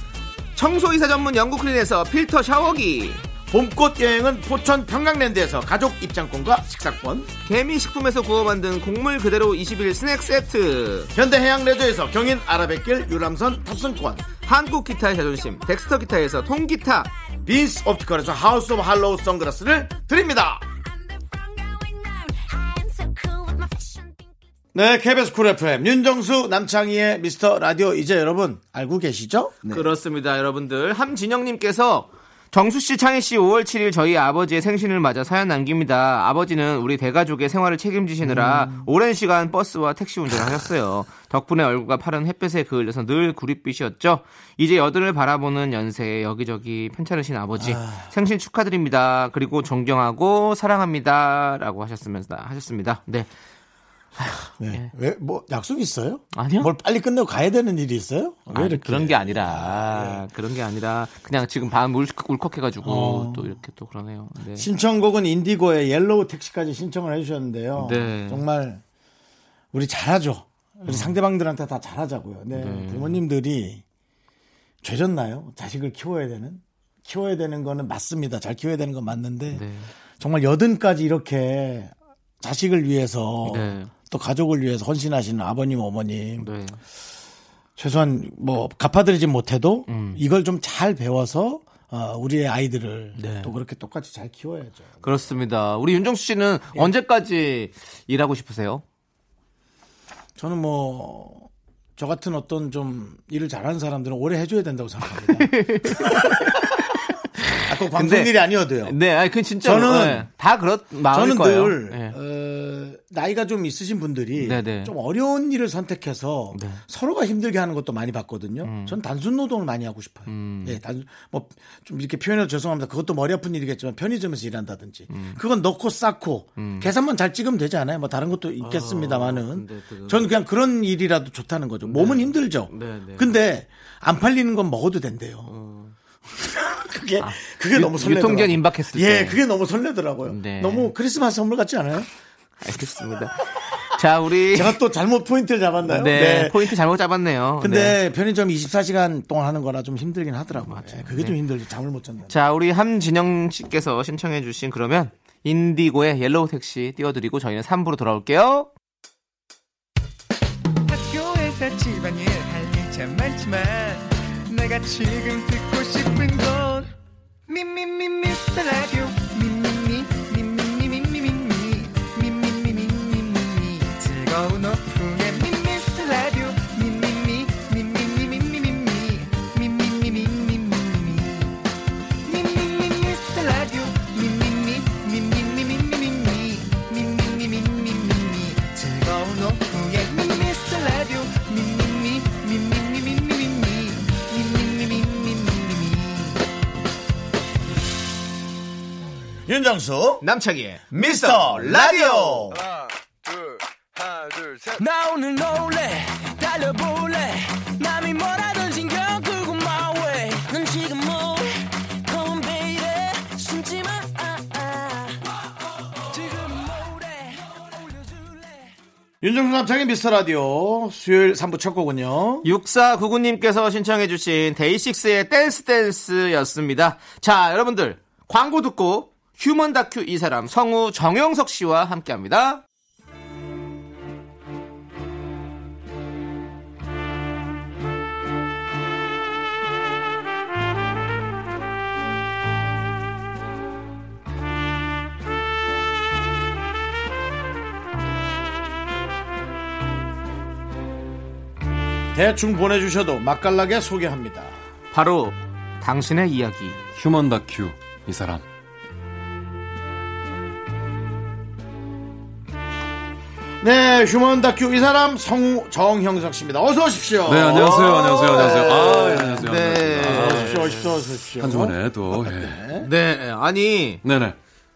Speaker 2: 청소이사 전문 영국클린에서 필터 샤워기,
Speaker 1: 봄꽃 여행은 포천 평강랜드에서 가족 입장권과 식사권,
Speaker 2: 개미식품에서 구워 만든 곡물 그대로 21 스낵 세트,
Speaker 1: 현대해양레저에서 경인 아라뱃길 유람선 탑승권,
Speaker 2: 한국 기타의 자존심, 덱스터 기타에서 통기타,
Speaker 1: 빈스 옵티컬에서 하우스 오브 할로우 선글라스를 드립니다. 네, KBS 쿨 FM 윤정수 남창희의 미스터 라디오 이제 여러분 알고 계시죠? 네.
Speaker 2: 그렇습니다, 여러분들. 함진영님께서 정수 씨, 창희 씨, 5월 7일 저희 아버지의 생신을 맞아 사연 남깁니다. 아버지는 우리 대가족의 생활을 책임지시느라 오랜 시간 버스와 택시 운전을 하셨어요. 덕분에 얼굴과 팔은 햇볕에 그을려서 늘 구릿빛이었죠. 이제 여든을 바라보는 연세에 여기저기 편찮으신 아버지 생신 축하드립니다. 그리고 존경하고 사랑합니다라고 하셨으면서 하셨습니다. 네,
Speaker 1: 왜 뭐 약속 있어요?
Speaker 2: 아니요.
Speaker 1: 뭘 빨리 끝내고 가야 되는 일이 있어요? 왜
Speaker 2: 아니,
Speaker 1: 이렇게? 예.
Speaker 2: 그런 게 아니라 그런 게 아니라 그냥 지금 밤 울컥 울컥해가지고 또 이렇게 또 그러네요. 네.
Speaker 1: 어. 신청곡은 인디고의 옐로우 택시까지 신청을 해주셨는데요.
Speaker 2: 네. 음.
Speaker 1: 정말 우리 잘하죠. 우리 상대방들한테 다 잘하자고요. 네. 부모님들이 죄졌나요? 자식을 키워야 되는? 키워야 되는 거는 맞습니다. 잘 키워야 되는 건 맞는데
Speaker 2: 네.
Speaker 1: 정말 여든까지 이렇게 자식을 위해서
Speaker 2: 네.
Speaker 1: 또 가족을 위해서 헌신하시는 아버님 어머님
Speaker 2: 네.
Speaker 1: 최소한 뭐 갚아드리진 못해도
Speaker 2: 음.
Speaker 1: 이걸 좀 잘 배워서 어, 우리의 아이들을
Speaker 2: 네.
Speaker 1: 또 그렇게 똑같이 잘 키워야죠.
Speaker 2: 그렇습니다. 우리 윤정수 씨는
Speaker 1: 예.
Speaker 2: 언제까지 일하고 싶으세요?
Speaker 1: 저는 뭐 저 같은 어떤 좀 일을 잘하는 사람들은 오래 해줘야 된다고 생각합니다. 아, 꼭 방송
Speaker 2: 근데-
Speaker 1: 일이 아니어도요.
Speaker 2: 네, 아니 그 진짜
Speaker 1: 저는-
Speaker 2: 다 그렇
Speaker 1: 저는
Speaker 2: 마음일 거예요.
Speaker 1: 늘
Speaker 2: 네.
Speaker 1: 어, 나이가 좀 있으신 분들이
Speaker 2: 네네.
Speaker 1: 좀 어려운 일을 선택해서
Speaker 2: 네. 음.
Speaker 1: 서로가 힘들게 하는 것도 많이 봤거든요. 전 단순 노동을 많이 하고 싶어요. 예, 단순 뭐좀 이렇게 표현해서 죄송합니다. 그것도 머리 아픈 일이겠지만 편의점에서 일한다든지
Speaker 2: 음.
Speaker 1: 그건 넣고 쌓고 계산만 잘 찍으면 되지 않아요? 뭐 다른 것도 있겠습니다만은
Speaker 2: 아, 근데 그건-
Speaker 1: 저는 그냥 그런 일이라도 좋다는 거죠. 몸은 힘들죠.
Speaker 2: 네네.
Speaker 1: 근데 안 팔리는 건 먹어도 된대요. 그게 그게
Speaker 2: 아, 유-
Speaker 1: 너무 설레더라고요.
Speaker 2: 유통기한 임박했을
Speaker 1: 예,
Speaker 2: 때.
Speaker 1: 그게 너무 설레더라고요.
Speaker 2: 네.
Speaker 1: 너무 크리스마스 선물 같지 않아요?
Speaker 2: 알겠습니다. 자, 우리
Speaker 1: 제가 또 잘못 포인트를 잡았나요?
Speaker 2: 네, 포인트 잘못 잡았네요. 네.
Speaker 1: 근데 편의점 24시간 동안 하는 거라 좀 힘들긴 하더라고요. 예, 그게
Speaker 2: 네.
Speaker 1: 좀 힘들죠. 잠을 못 잔다.
Speaker 2: 자, 우리 함진영 씨께서 신청해주신 그러면 인디고의 옐로우 택시 띄워드리고 저희는 3부로 돌아올게요.
Speaker 4: 학교에서 집안일 할 일 참 많지만 내가 지금 듣고 싶은 건 미미미 미스터 라디오 미미미 미미미 미미미 미미미 미미미 즐거운 오후에 미스터 라디오 미미미 미미미 미미미 미미미 미미미
Speaker 1: 윤정수
Speaker 2: 남창희의
Speaker 1: 미스터 라디오.
Speaker 4: 나 오늘 놀래 달려볼래 남이 뭐라든 신경 끄고 my way 넌 지금 뭐해 Come baby 숨지마 아, 지금 뭐래 올려줄래
Speaker 1: 윤정수 남창의 미스터 라디오 수요일 3부 첫 곡은요.
Speaker 2: 6499님께서 신청해주신 데이식스의 댄스 댄스였습니다. 자, 여러분들 광고 듣고 휴먼 다큐 이 사람 성우 정영석 씨와 함께합니다.
Speaker 1: 대충 보내주셔도 맛깔나게 소개합니다.
Speaker 2: 바로 당신의 이야기.
Speaker 7: 휴먼 다큐 이 사람
Speaker 1: 네, 휴먼 다큐 이 사람 성우 정형석 씨입니다. 어서 오십시오.
Speaker 7: 네 안녕하세요 안녕하세요 안녕하세요 아 예, 안녕하세요
Speaker 2: 네.
Speaker 7: 안녕하세요.
Speaker 1: 어서 오십시오, 오십시오, 어서 오십시오.
Speaker 7: 한 주만에 또 예.
Speaker 2: 네, 아니
Speaker 7: 네네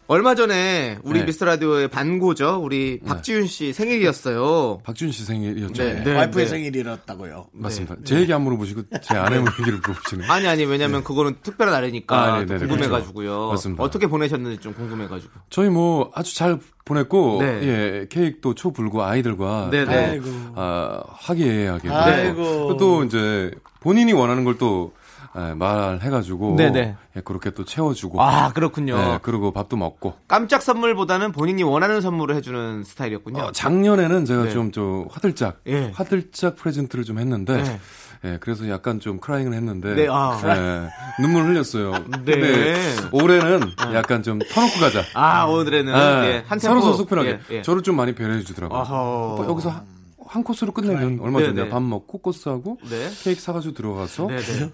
Speaker 2: 얼마 전에 우리
Speaker 7: 네.
Speaker 2: 미스터 라디오의 반고죠. 우리 박지윤 씨 생일이었어요.
Speaker 7: 박준 씨 생일이었죠
Speaker 2: 네,
Speaker 7: 예.
Speaker 2: 네.
Speaker 1: 와이프의 생일이었다고요.
Speaker 7: 맞습니다 제 얘기 안 물어보시고 제 아내 얘기를 물어보시네요
Speaker 2: 아니 아니 왜냐면 그거는 특별한 날이니까
Speaker 7: 아, 네, 네, 네,
Speaker 2: 궁금해가지고요.
Speaker 7: 그렇죠. 맞습니다.
Speaker 2: 어떻게 보내셨는지 좀 궁금해가지고.
Speaker 7: 저희 뭐 아주 잘 보냈고
Speaker 2: 네.
Speaker 7: 예 케이크도 초불고 아이들과
Speaker 2: 네,
Speaker 7: 또,
Speaker 2: 네.
Speaker 1: 아이고.
Speaker 7: 아 화기애애하게
Speaker 1: 아이고.
Speaker 7: 보냈고 또 이제 본인이 원하는 걸또 예, 말해가지고
Speaker 2: 네, 네.
Speaker 7: 예, 그렇게 또 채워주고
Speaker 2: 아 그렇군요.
Speaker 7: 예, 그리고 밥도 먹고
Speaker 2: 깜짝 선물보다는 본인이 원하는 선물을 해주는 스타일이었군요.
Speaker 7: 어, 작년에는 제가
Speaker 2: 네.
Speaker 7: 좀, 좀 화들짝,
Speaker 2: 예.
Speaker 7: 화들짝 프레젠트를 좀 했는데,
Speaker 2: 네.
Speaker 7: 예, 그래서 약간 좀 크라잉을 했는데,
Speaker 2: 네, 아.
Speaker 7: 예, 눈물 흘렸어요.
Speaker 2: 네.
Speaker 7: 근데 올해는 약간 좀 터놓고 가자.
Speaker 2: 아 오늘에는
Speaker 7: 예,
Speaker 2: 예, 한
Speaker 7: 서로
Speaker 2: 템포
Speaker 7: 소속편하게.
Speaker 2: 예, 예.
Speaker 7: 저를 좀 많이 배려해 주더라고요.
Speaker 2: 어허.
Speaker 7: 뭐 여기서 한, 한 코스로 끝내면 얼마
Speaker 2: 네,
Speaker 7: 전에
Speaker 2: 네.
Speaker 7: 밥 먹고 코스하고
Speaker 2: 네.
Speaker 7: 케이크 사가지고 들어가서
Speaker 2: 네네.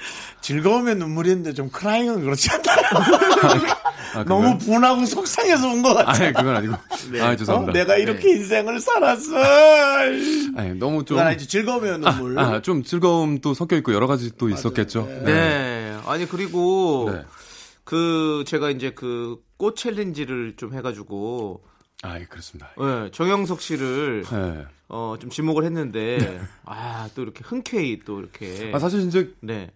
Speaker 1: 즐거움에 눈물이 있는데 좀 크라잉은 그렇지 않다.
Speaker 7: 아, 그건-
Speaker 1: 너무 분하고 속상해서 온 것 같아.
Speaker 7: 아니 그건 아니고
Speaker 2: 네.
Speaker 7: 아
Speaker 1: 어?
Speaker 7: 죄송합니다.
Speaker 1: 내가 이렇게 인생을 살았어.
Speaker 7: 아니 너무 좀
Speaker 1: 그건 이제 즐거움의 눈물.
Speaker 7: 아, 좀 즐거움도 섞여 있고 여러 가지 또 있었겠죠.
Speaker 2: 네. 아니 그리고
Speaker 7: 네.
Speaker 2: 그 제가 이제 그 꽃 챌린지를 좀 해가지고
Speaker 7: 아, 예, 그렇습니다.
Speaker 2: 예, 정영석 씨를
Speaker 7: 예.
Speaker 2: 어, 좀 지목을 했는데 아 또 이렇게 흔쾌히 또 이렇게
Speaker 7: 네. 아, 사실 이제
Speaker 2: 네.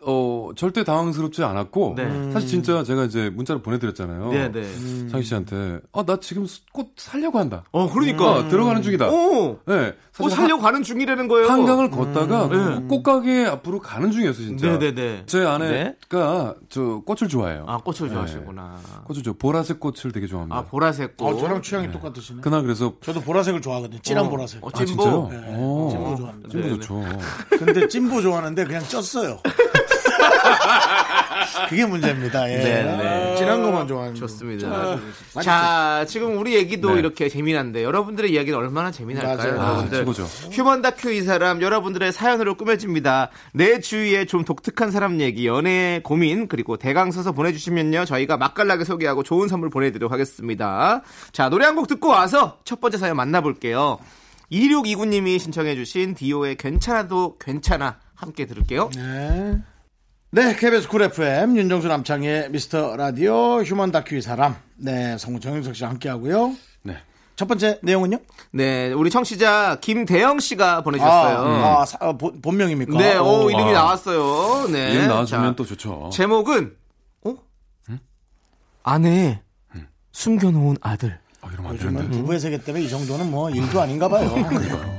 Speaker 7: 어 절대 당황스럽지 않았고
Speaker 2: 네. 음.
Speaker 7: 사실 진짜 제가 이제 문자를 보내드렸잖아요.
Speaker 2: 네, 네.
Speaker 1: 음.
Speaker 7: 상희 씨한테 아 나 지금 수- 꽃 살려고 한다.
Speaker 2: 어,
Speaker 7: 어,
Speaker 2: 그러니까.
Speaker 7: 들어가는 중이다.
Speaker 2: 오!
Speaker 7: 네,
Speaker 2: 꽃뭐 살려고 가는 중이라는 거예요.
Speaker 7: 한, 강을 걷다가
Speaker 2: 음.
Speaker 7: 그 꽃가게 앞으로 가는 중이었어 요 진짜.
Speaker 2: 네, 네, 네.
Speaker 7: 제 아내가 저 꽃을 좋아해요.
Speaker 2: 아, 꽃을
Speaker 7: 네.
Speaker 2: 좋아하시구나.
Speaker 7: 꽃을 좋아 보라색 꽃을 되게 좋아합니다.
Speaker 2: 아, 보라색 꽃.
Speaker 1: 어, 저랑 취향이 똑같으시네.
Speaker 7: 그날 그래서
Speaker 1: 저도 보라색을 좋아하거든요. 진한
Speaker 2: 어,
Speaker 1: 보라색.
Speaker 2: 어,
Speaker 7: 아 진짜요?
Speaker 2: 찐보.
Speaker 7: 오,
Speaker 1: 찐보 좋아합니다.
Speaker 7: 찐보
Speaker 2: 네,
Speaker 7: 좋죠.
Speaker 1: 근데 찐보 좋아하는데 그냥 쪘어요. 그게 문제입니다. 예.
Speaker 2: 네.
Speaker 1: 진한 것만 좋아하는 거.
Speaker 2: 좋습니다. 자, 지금 우리 얘기도
Speaker 7: 네.
Speaker 2: 이렇게 재미난데 여러분들의 이야기는 얼마나 재미날까요,
Speaker 1: 맞아요.
Speaker 7: 아,
Speaker 2: 여러분들?
Speaker 7: 최고죠.
Speaker 2: 휴먼 다큐 이 사람 여러분들의 사연으로 꾸며집니다. 내 주위에 좀 독특한 사람 얘기, 연애 고민 그리고 대강 써서 보내주시면요 저희가 맛깔나게 소개하고 좋은 선물 보내드리도록 하겠습니다. 자 노래 한 곡 듣고 와서 첫 번째 사연 만나볼게요. 2629님이 신청해주신 디오의 괜찮아도 괜찮아 함께 들을게요.
Speaker 1: 네. 네, KBS 쿨 FM 윤정수 남창의 미스터 라디오 휴먼 다큐 이 사람. 네, 성우 정윤석 씨와 함께 하고요.
Speaker 7: 네.
Speaker 1: 첫 번째 내용은요?
Speaker 2: 네 우리 청취자 김대영 씨가 보내주셨어요. 음.
Speaker 1: 아, 아, 사- 아, 본- 본명입니까?
Speaker 2: 네, 오,
Speaker 1: 어.
Speaker 2: 이름이
Speaker 7: 아.
Speaker 2: 나왔어요. 네.
Speaker 7: 이름 나와주면
Speaker 2: 자,
Speaker 7: 또 좋죠.
Speaker 2: 제목은, 어? 아내의 숨겨놓은 아들.
Speaker 7: 아, 이러면 안
Speaker 1: 요즘은
Speaker 7: 되는데.
Speaker 1: 부부의 세계 때문에 이 정도는 뭐 일도 아닌가 봐요. 그러니까.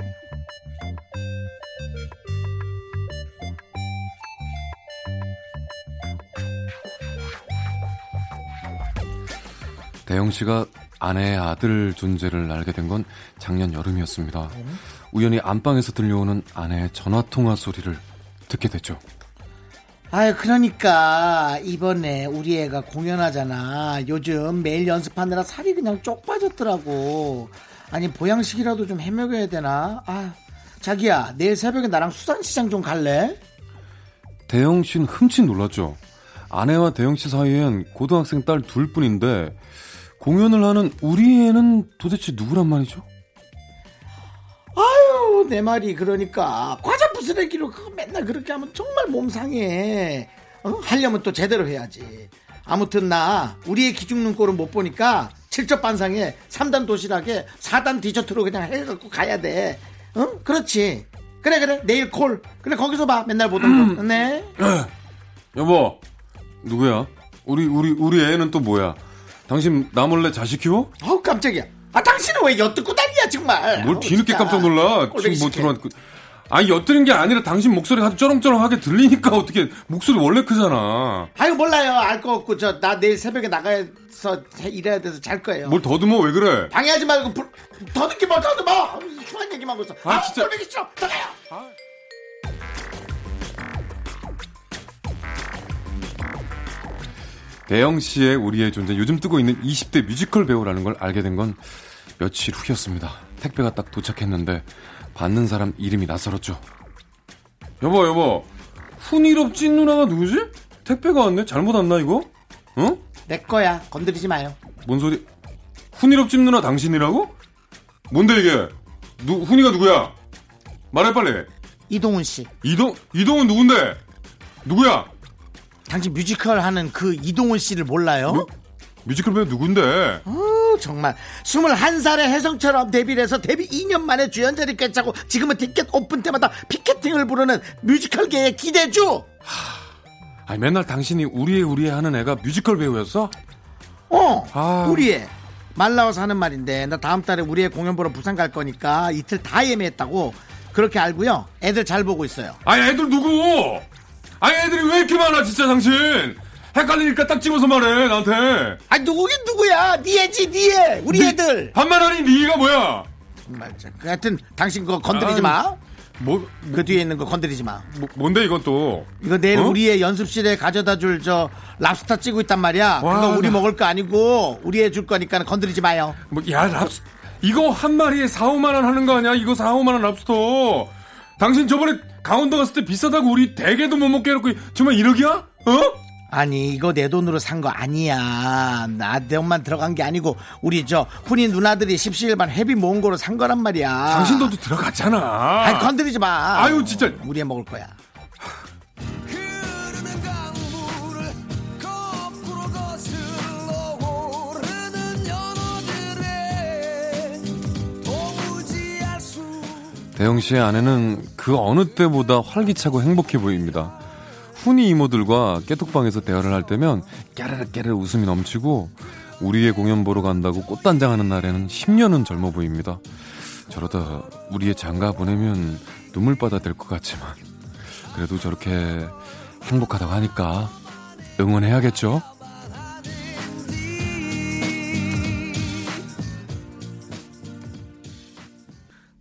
Speaker 7: 대영 씨가 아내의 아들 존재를 알게 된 건 작년 여름이었습니다. 우연히 안방에서 들려오는 아내의 전화 통화 소리를 듣게 됐죠.
Speaker 1: 아유, 그러니까 이번에 우리 애가 공연하잖아. 요즘 매일 연습하느라 살이 그냥 쪽 빠졌더라고. 아니 보양식이라도 좀 해먹여야 되나? 아, 자기야 내일 새벽에 나랑 수산시장 좀 갈래?
Speaker 7: 대영 씨는 흠칫 놀랐죠. 아내와 대영 씨 사이엔 고등학생 딸 둘뿐인데 공연을 하는 우리 애는 도대체 누구란 말이죠?
Speaker 1: 아유 내 말이 그러니까 과자 부스러기로 그거 맨날 그렇게 하면 정말 몸 상해 어? 하려면 또 제대로 해야지 아무튼 나 우리의 기죽는 꼴은 못 보니까 칠첩 반상에 3단 도시락에 4단 디저트로 그냥 해갖고 가야 돼 응? 그렇지 그래 그래 내일 콜 그래 거기서 봐 맨날 보던
Speaker 7: 음.
Speaker 1: 거네
Speaker 7: 여보 누구야? 우리 우리 우리 애는 또 뭐야? 당신 나 몰래 자식 키워?
Speaker 1: 어우 깜짝이야 아 당신은 왜 엿듣고 다니냐 정말
Speaker 7: 뭘
Speaker 1: 어우,
Speaker 7: 뒤늦게
Speaker 1: 진짜.
Speaker 7: 깜짝 놀라.
Speaker 1: 꼴보기
Speaker 7: 지금 뭐
Speaker 1: 싫게.
Speaker 7: 들어왔고. 아니, 엿드는 게 아니라 당신 목소리가 아주 쩌렁쩌렁하게 들리니까 어떻게, 목소리 원래 크잖아.
Speaker 1: 아유 몰라요 알 거 없고 저 나 내일 새벽에 나가서 일해야 돼서 잘 거예요
Speaker 7: 뭘 더듬어, 왜 그래?
Speaker 1: 방해하지 말고 불, 더 늦게 뭐, 더 늦게 뭐! 흉한 얘기만 하고 있어.
Speaker 7: 아,
Speaker 1: 아,
Speaker 7: 진짜.
Speaker 1: 진짜. 기 싫어! 나가요!
Speaker 7: 대영 씨의 우리의 존재, 요즘 뜨고 있는 20대 뮤지컬 배우라는 걸 알게 된 건 며칠 후였습니다. 택배가 딱 도착했는데, 받는 사람 이름이 낯설었죠. 여보 여보 훈이롭 찐 누나가 누구지? 택배가 왔네 잘못 왔나 이거? 응?
Speaker 1: 내 거야. 건드리지 마요.
Speaker 7: 뭔 소리? 훈이롭 집 누나 당신이라고? 뭔데 이게? 누 훈이가 누구야? 말해 빨리.
Speaker 1: 이동훈 씨.
Speaker 7: 이동 이동은 누군데? 누구야?
Speaker 1: 당신 뮤지컬 하는 그 이동훈 씨를 몰라요?
Speaker 7: 누- 뮤지컬 배우 누군데?
Speaker 1: 어, 정말 21살의 혜성처럼 데뷔를 해서 데뷔 2년 만에 주연자를 꿰차고 지금은 티켓 오픈 때마다 피켓팅을 부르는 뮤지컬계의 기대주
Speaker 7: 아니 맨날 당신이 우리의 우리의 하는 애가 뮤지컬 배우였어?
Speaker 1: 어
Speaker 7: 아.
Speaker 1: 우리의 말 나와서 하는 말인데 나 다음 달에 우리의 공연 보러 부산 갈 거니까 이틀 다 예매했다고 그렇게 알고요 애들 잘 보고 있어요
Speaker 7: 아니 애들 누구? 아니 애들이 왜 이렇게 많아 진짜 당신? 헷갈리니까 딱 찍어서 말해 나한테.
Speaker 1: 아 누구긴 누구야 니 애지 네 니애 우리
Speaker 7: 네.
Speaker 1: 애들
Speaker 7: 반말하니 니가 뭐야?
Speaker 1: 정말 참. 하여튼 당신 그거 건드리지 마 그
Speaker 7: 뭐,
Speaker 1: 뒤에 있는 거 건드리지 마
Speaker 7: 뭐 뭔데 이건 또?
Speaker 1: 이거 내일
Speaker 7: 어?
Speaker 1: 우리의 연습실에 가져다 줄 저 랍스터 찌고 있단 말이야.
Speaker 7: 와,
Speaker 1: 그거 우리
Speaker 7: 나-
Speaker 1: 먹을 거 아니고 우리 해 줄 거니까 건드리지 마요.
Speaker 7: 뭐야 랍스 이거 한 마리에 4, 5만 원 하는 거 아니야? 이거 4, 5만 원 랍스터. 당신 저번에 강원도 갔을 때 비싸다고 우리 대게도 못 먹게 해놓고 정말 이러기야? 어?
Speaker 1: 아니 이거 내 돈으로 산 거 아니야. 나 내 엄만 들어간 게 아니고 우리 저 훈이 누나들이 십시일반 회비 모은 거로 산 거란 말이야.
Speaker 7: 당신도 들어갔잖아.
Speaker 1: 아. 아니 건드리지 마.
Speaker 7: 아유, 진짜.
Speaker 1: 우리 해 먹을 거야.
Speaker 4: 흐르는 강물을 거꾸로 거슬러 오르는 연어들의 도무지 알수
Speaker 7: 대영 씨의 아내는 그 어느 때보다 활기차고 행복해 보입니다. 훈이 이모들과 깨톡방에서 대화를 할 때면 깨르르깨르 웃음이 넘치고 우리의 공연 보러 간다고 꽃단장하는 날에는 10년은 젊어 보입니다. 저러다 우리의 장가 보내면 눈물바다 될 것 같지만 그래도 저렇게 행복하다고 하니까 응원해야겠죠?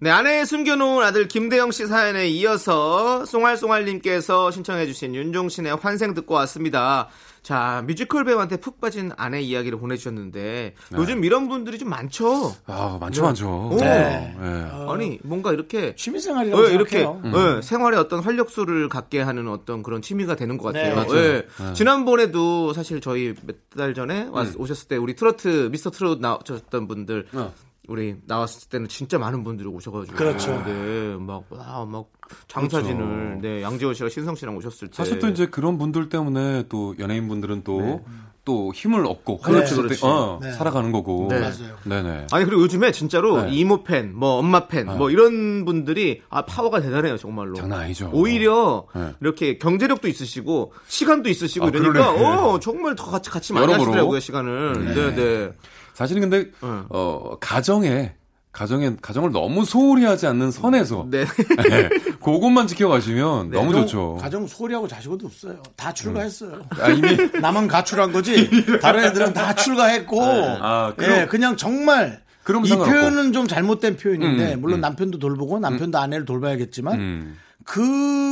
Speaker 2: 네, 아내에 숨겨놓은 아들 김대영 씨 사연에 이어서 송알송알님께서 신청해주신 윤종신의 환생 듣고 왔습니다. 자, 뮤지컬 배우한테 푹 빠진 아내 이야기를 보내주셨는데 요즘 이런 분들이 좀 많죠.
Speaker 7: 아 많죠 많죠.
Speaker 2: 네.
Speaker 7: 네.
Speaker 2: 아니 뭔가 이렇게
Speaker 1: 취미생활이라고
Speaker 2: 예, 이렇게
Speaker 1: 생각해요.
Speaker 7: 음.
Speaker 2: 예, 생활에 어떤 활력소를 갖게 하는 어떤 그런 취미가 되는 것 같아요.
Speaker 1: 네.
Speaker 2: 예. 지난번에도 사실 저희 몇 달 전에 와-
Speaker 7: 음.
Speaker 2: 오셨을 때 우리 트로트 미스터 트롯 나오셨던 분들
Speaker 7: 어.
Speaker 2: 우리 나왔을 때는 진짜 많은 분들이 오셔가지고 네,
Speaker 1: 그렇죠.
Speaker 2: 네막막 장사진을 네 양지원 씨랑 신성 씨랑 오셨을 때
Speaker 7: 그렇죠. 사실 또 이제 그런 분들 때문에 또 연예인 분들은 또 또 힘을 얻고
Speaker 2: 네. 그렇죠, 그렇지,
Speaker 7: 활력을
Speaker 2: 그렇지.
Speaker 7: 얻을 때, 어,
Speaker 1: 네.
Speaker 7: 살아가는 거고.
Speaker 2: 네.
Speaker 1: 맞아요.
Speaker 7: 네네.
Speaker 2: 아니 그리고 요즘에 진짜로
Speaker 7: 네.
Speaker 2: 이모 팬, 뭐 엄마 팬, 뭐 이런 분들이 아 파워가 대단해요 정말로.
Speaker 7: 장난 아니죠.
Speaker 2: 오히려
Speaker 7: 네.
Speaker 2: 이렇게 경제력도 있으시고 시간도 있으시고
Speaker 7: 아,
Speaker 2: 이러니까
Speaker 7: 그러네.
Speaker 2: 어 정말 더 같이 같이 많이
Speaker 7: 여러모로.
Speaker 2: 하시더라고요 시간을. 네네.
Speaker 7: 사실은 근데
Speaker 2: 네.
Speaker 7: 어 가정에 가정에 가정을 너무 소홀히 하지 않는 선에서
Speaker 2: 네.
Speaker 7: 네. 그것만 지켜가시면 너무 좋죠.
Speaker 1: 가정 소리하고 자식어도 없어요. 다 출가했어요.
Speaker 7: 어. 음. 아, 이미
Speaker 1: 나만 가출한 거지 다른 애들은 다 출가했고
Speaker 7: 아,
Speaker 1: 그
Speaker 7: 그럼-
Speaker 1: 그냥 정말
Speaker 7: 그럼
Speaker 1: 이
Speaker 7: 상관없고.
Speaker 1: 표현은 좀 잘못된 표현인데
Speaker 7: 음,
Speaker 1: 물론 남편도 돌보고 남편도 아내를 돌봐야겠지만
Speaker 7: 음,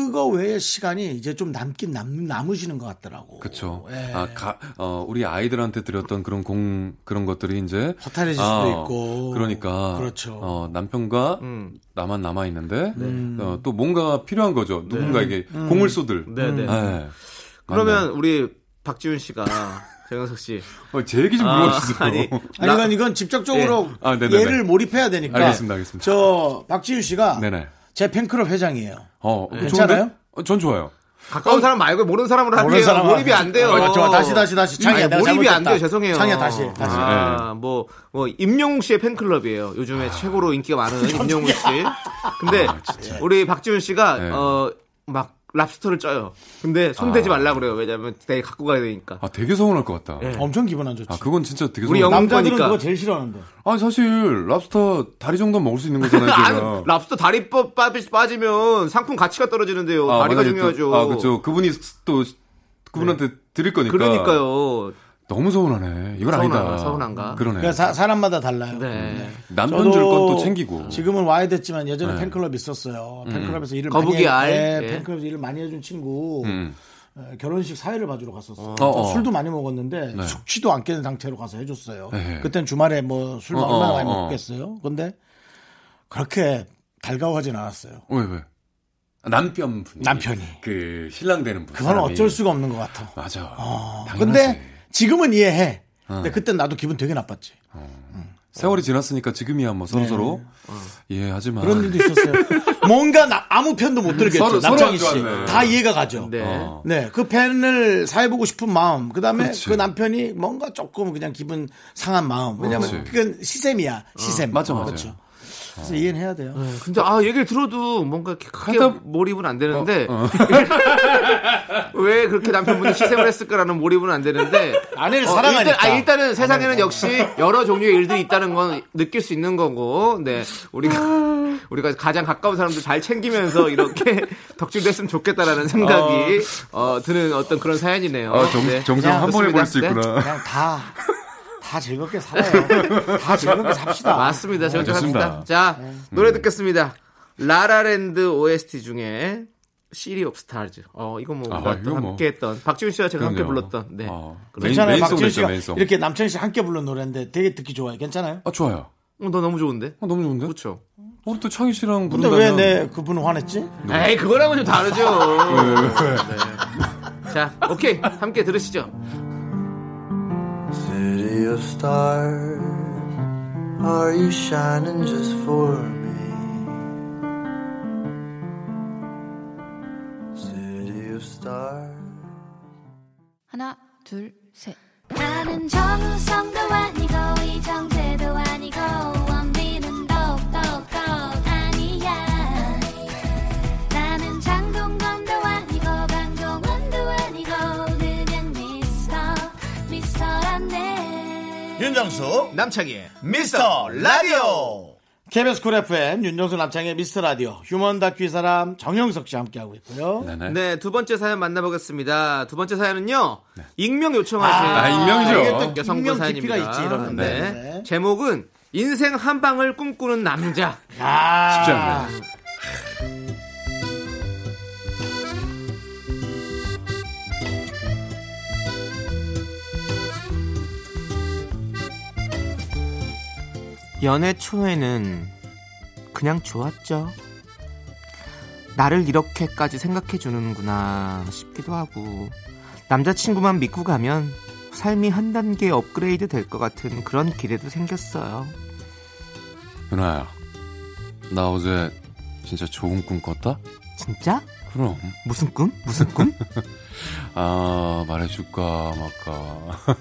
Speaker 1: 그거 외의 시간이 이제 좀 남긴 남, 남으시는 것 같더라고
Speaker 7: 그렇죠.
Speaker 1: 예.
Speaker 7: 아, 가, 어, 우리 아이들한테 드렸던 그런 공 그런 것들이 이제 아,
Speaker 1: 허탈해질 수도 있고.
Speaker 7: 그러니까
Speaker 1: 그렇죠.
Speaker 7: 어, 남편과 나만 남아 있는데 어, 또 뭔가 필요한 거죠. 누군가에게 공을 쏟을.
Speaker 2: 네네.
Speaker 7: 예.
Speaker 2: 그러면 우리 박지훈 씨가 정영석 씨.
Speaker 7: 어, 제 얘기 좀 물어보시죠.
Speaker 2: 아니,
Speaker 1: 아니 이건 이건 직접적으로
Speaker 7: 아, 네네네.
Speaker 1: 얘를 몰입해야 되니까
Speaker 7: 알겠습니다, 알겠습니다.
Speaker 1: 저 박지윤 씨가
Speaker 7: 네네.
Speaker 1: 제 팬클럽 회장이에요
Speaker 7: 어,
Speaker 1: 괜찮아요?
Speaker 7: 좋은데? 어, 전 좋아요.
Speaker 2: 가까운 사람 말고 모르는 사람으로 하는
Speaker 1: 어? 모르는
Speaker 2: 게
Speaker 1: 사람은-
Speaker 2: 몰입이 안 돼요.
Speaker 1: 어, 좋아. 다시, 다시, 다시. 창희야,
Speaker 2: 아니,
Speaker 1: 내가
Speaker 2: 몰입이 안
Speaker 1: 잘못했다.
Speaker 2: 돼요. 죄송해요.
Speaker 1: 창희야, 다시, 다시. 네.
Speaker 2: 아, 뭐, 뭐 임영웅 씨의 팬클럽이에요.
Speaker 1: 아.
Speaker 2: 요즘에 최고로 인기가 많은 임영웅 씨. 근데 우리 박지훈 씨가
Speaker 7: 네.
Speaker 2: 어, 막 랍스터를 쪄요. 근데
Speaker 1: 아.
Speaker 2: 손대지 말라 그래요. 왜냐면 내일 갖고 가야 되니까.
Speaker 7: 아, 되게 서운할 것 같다.
Speaker 1: 엄청 기분 안 좋지
Speaker 7: 아, 네. 그건 진짜 되게
Speaker 2: 우리
Speaker 7: 서운할
Speaker 2: 영웅-
Speaker 7: 것
Speaker 1: 남자들은
Speaker 2: 거니까.
Speaker 1: 그거 제일 싫어하는데
Speaker 7: 같다. 아니, 사실 랍스터 다리 정도 먹을 수 있는 거잖아요,
Speaker 2: 아,
Speaker 7: 제가.
Speaker 2: 랍스터 다리법 빠지- 빠지면 상품 가치가 떨어지는데요.
Speaker 7: 아,
Speaker 2: 다리가
Speaker 7: 만약에 또-
Speaker 2: 중요하죠.
Speaker 7: 아, 그렇죠. 그분이 또 그분한테 드릴 거니까.
Speaker 1: 음.
Speaker 2: 그러니까요.
Speaker 7: 너무 서운하네. 이건
Speaker 2: 서운하-
Speaker 7: 아니다.
Speaker 2: 서운한가?
Speaker 7: 그러네.
Speaker 1: 그러니까 사, 사람마다 달라요
Speaker 2: 네.
Speaker 7: 남편 줄 건 또 챙기고. 네. 음.
Speaker 1: 지금은 와야 됐지만 예전에 팬클럽 있었어요. 팬클럽에서 일을 많이
Speaker 2: 거북이
Speaker 1: 해-
Speaker 2: 알.
Speaker 1: 네,
Speaker 2: 예.
Speaker 1: 팬클럽에서 일을 많이 해준 친구 어, 결혼식 사회를 봐주러 갔었어요.
Speaker 7: 음. 어, 네.
Speaker 1: 저
Speaker 7: 어.
Speaker 1: 술도 많이 먹었는데 숙취도 안 깨는 상태로 가서 해줬어요.
Speaker 7: 예.
Speaker 1: 그땐 주말에 뭐 술
Speaker 7: 어,
Speaker 1: 얼마나
Speaker 7: 어,
Speaker 1: 많이
Speaker 7: 어.
Speaker 1: 먹겠어요. 근데 그렇게 달가워하진 않았어요.
Speaker 7: 왜, 왜? 남편분이
Speaker 1: 남편이.
Speaker 7: 그 신랑 되는 분.
Speaker 1: 그건
Speaker 7: 사람이.
Speaker 1: 어쩔 수가 없는 것 같아.
Speaker 7: 맞아.
Speaker 1: 어,
Speaker 7: 당연하지. 어.
Speaker 1: 근데 지금은 이해해. 근데 그땐 나도 기분 되게 나빴지.
Speaker 7: 세월이 지났으니까 지금이야 뭐 서로 서로 예, 이해하지만
Speaker 1: 네. 그런 일도 있었어요. 뭔가 나- 아무 편도 못 들겠죠.
Speaker 7: 서로- 서로
Speaker 1: 남창희
Speaker 7: 안
Speaker 1: 씨.
Speaker 7: 좋았네.
Speaker 1: 다 이해가 가죠.
Speaker 2: 네.
Speaker 7: 어.
Speaker 1: 네, 그 팬을 사해보고 싶은 마음, 그 다음에
Speaker 7: 그렇지.
Speaker 1: 그 남편이 뭔가 조금 그냥 기분 상한 마음. 왜냐면
Speaker 7: 그렇지.
Speaker 1: 그건 시샘이야, 시샘.
Speaker 7: 어, 맞아, 어. 맞아.
Speaker 1: 그렇죠. 그래서 이해는 해야 돼요.
Speaker 2: 근데 아 얘기를 들어도 뭔가 이렇게 크게
Speaker 7: 하다-
Speaker 2: 몰입은 안 되는데
Speaker 1: 어,
Speaker 2: 왜 그렇게 남편분이 희생을 했을까라는 몰입은 안 되는데
Speaker 1: 아내를 사랑하니까.
Speaker 2: 일단, 아, 일단은 세상에는 역시 여러 종류의 일들이 있다는 건 느낄 수 있는 거고 네
Speaker 1: 아.
Speaker 2: 우리가 우리가 가장 가까운 사람들 잘 챙기면서 이렇게 덕질됐으면 좋겠다라는 생각이 어, 드는 어떤 그런 사연이네요.
Speaker 7: 아, 정,
Speaker 2: 네.
Speaker 7: 정성 한
Speaker 2: 좋습니다.
Speaker 7: 번에 볼 수
Speaker 2: 네.
Speaker 7: 있구나.
Speaker 1: 그냥 다, 다 즐겁게 살아요. 다 즐겁게 삽시다.
Speaker 2: 맞습니다. 제가
Speaker 7: 좋습니다. 네.
Speaker 2: 합니다. 자, 노래 듣겠습니다. 라라랜드 OST 중에 시리 옵 스타즈. 어, 이거 뭐
Speaker 7: 아,
Speaker 2: 우리가 또
Speaker 7: 이거 뭐.
Speaker 2: 함께 했던 박지훈 씨와 제가 함께
Speaker 7: 그럼요.
Speaker 2: 불렀던 네.
Speaker 7: 어. 메인,
Speaker 1: 괜찮아요. 박지훈
Speaker 7: 메인송이죠,
Speaker 1: 씨가
Speaker 7: 메인송.
Speaker 1: 이렇게 남창희 씨 함께 부른 노래인데 되게 듣기 좋아요. 괜찮아요?
Speaker 7: 아, 좋아요.
Speaker 2: 어, 너 너무 좋은데?
Speaker 7: 아, 너무 좋은데?
Speaker 2: 그렇죠.
Speaker 7: 우리 또 창희 씨랑
Speaker 1: 근데
Speaker 7: 부른다면
Speaker 1: 왜 내 그분은 화냈지?
Speaker 2: 에이, 그거랑은 좀 다르죠. 네. 자, 오케이. 함께 들으시죠.
Speaker 4: City of stars, are you shining just for me? City of stars.
Speaker 6: 하나, 둘, 셋.
Speaker 5: 나는 정우성도 아니고 이정재도 아니고 원빈은 더욱더 아니야 나는 장동건도 아니고 강동원도 아니고 그냥 미스터 미스터란데
Speaker 1: 윤정수,
Speaker 2: 남창희의
Speaker 1: 미스터 라디오. KBS 쿨 FM 윤정수 남창의 미스터 라디오 휴먼 다큐 이 사람 정영석 씨 함께하고 있고요.
Speaker 7: 네네.
Speaker 2: 네, 두 번째 사연 만나보겠습니다. 두 번째 사연은요, 네. 익명 요청하신
Speaker 7: 아, 익명이죠.
Speaker 2: 이게 또
Speaker 1: 익명
Speaker 2: 여성분 사연입니다.
Speaker 1: 깊이가 있지, 이러면.
Speaker 2: 네.
Speaker 1: 네.
Speaker 2: 제목은 인생 한 방을 꿈꾸는 남자.
Speaker 1: 아,
Speaker 7: 쉽지 않네.
Speaker 2: 연애 초에는 그냥 좋았죠. 나를 이렇게까지 생각해 주는구나 싶기도 하고 남자친구만 믿고 가면 삶이 한 단계 업그레이드 될 것 같은 그런 기대도 생겼어요.
Speaker 7: 윤아야, 나 어제 진짜 좋은 꿈 꿨다?
Speaker 2: 진짜?
Speaker 7: 그럼.
Speaker 2: 무슨 꿈? 무슨 꿈?
Speaker 7: 아, 말해줄까, 말까.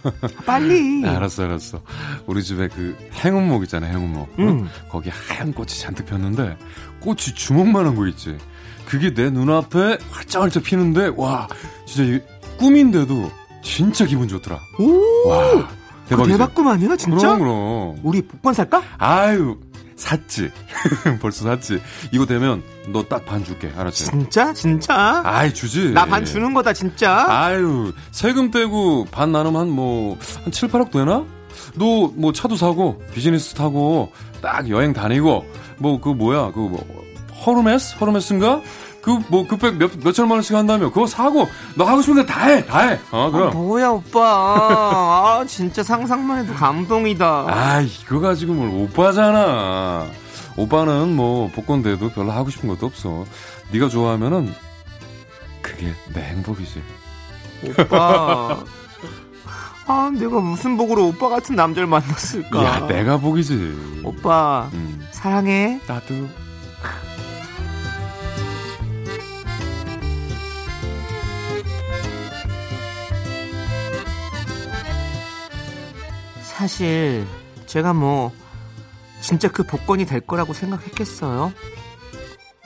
Speaker 2: 빨리.
Speaker 7: 네, 알았어, 알았어. 우리 집에 그 행운목 있잖아, 행운목.
Speaker 2: 응.
Speaker 7: 어? 거기 하얀 꽃이 잔뜩 폈는데, 꽃이 주먹만한 거 있지. 그게 내 눈앞에 활짝활짝 피는데, 와, 진짜 이게 꿈인데도 진짜 기분 좋더라.
Speaker 2: 오.
Speaker 7: 와,
Speaker 2: 그
Speaker 7: 대박이지.
Speaker 2: 대박 꿈 아니야 진짜?
Speaker 7: 그럼, 그럼.
Speaker 2: 우리 복권 살까?
Speaker 7: 아유, 샀지. 벌써 샀지. 이거 되면 너 딱 반 줄게, 알았지?
Speaker 2: 진짜 진짜?
Speaker 7: 아이, 주지.
Speaker 2: 나 반 주는 거다 진짜.
Speaker 7: 아유, 세금 떼고 반 나누면 뭐, 한 7, 8억 되나? 너 뭐 차도 사고, 비즈니스 타고, 딱 여행 다니고, 뭐, 그 뭐야, 그 뭐, 허르메스? 허르메스인가? 그, 뭐, 그백 몇, 몇 천만 원씩 한다며. 그거 사고, 너 하고 싶은 데다 해, 다 해. 어,
Speaker 2: 아,
Speaker 7: 그럼.
Speaker 2: 뭐야 오빠. 아, 진짜 상상만 해도 감동이다.
Speaker 7: 아, 이거 가지고 뭘 오빠잖아. 오빠는 뭐, 복권 돼도 별로 하고 싶은 것도 없어. 네가 좋아하면은, 그게 내 행복이지.
Speaker 2: 오빠. 아 내가 무슨 복으로 오빠 같은 남자를 만났을까?
Speaker 7: 야, 네. 내가 복이지.
Speaker 2: 오빠
Speaker 7: 음,
Speaker 2: 사랑해.
Speaker 7: 어. 나도.
Speaker 2: 사실 제가 뭐 진짜 그 복권이 될 거라고 생각했겠어요.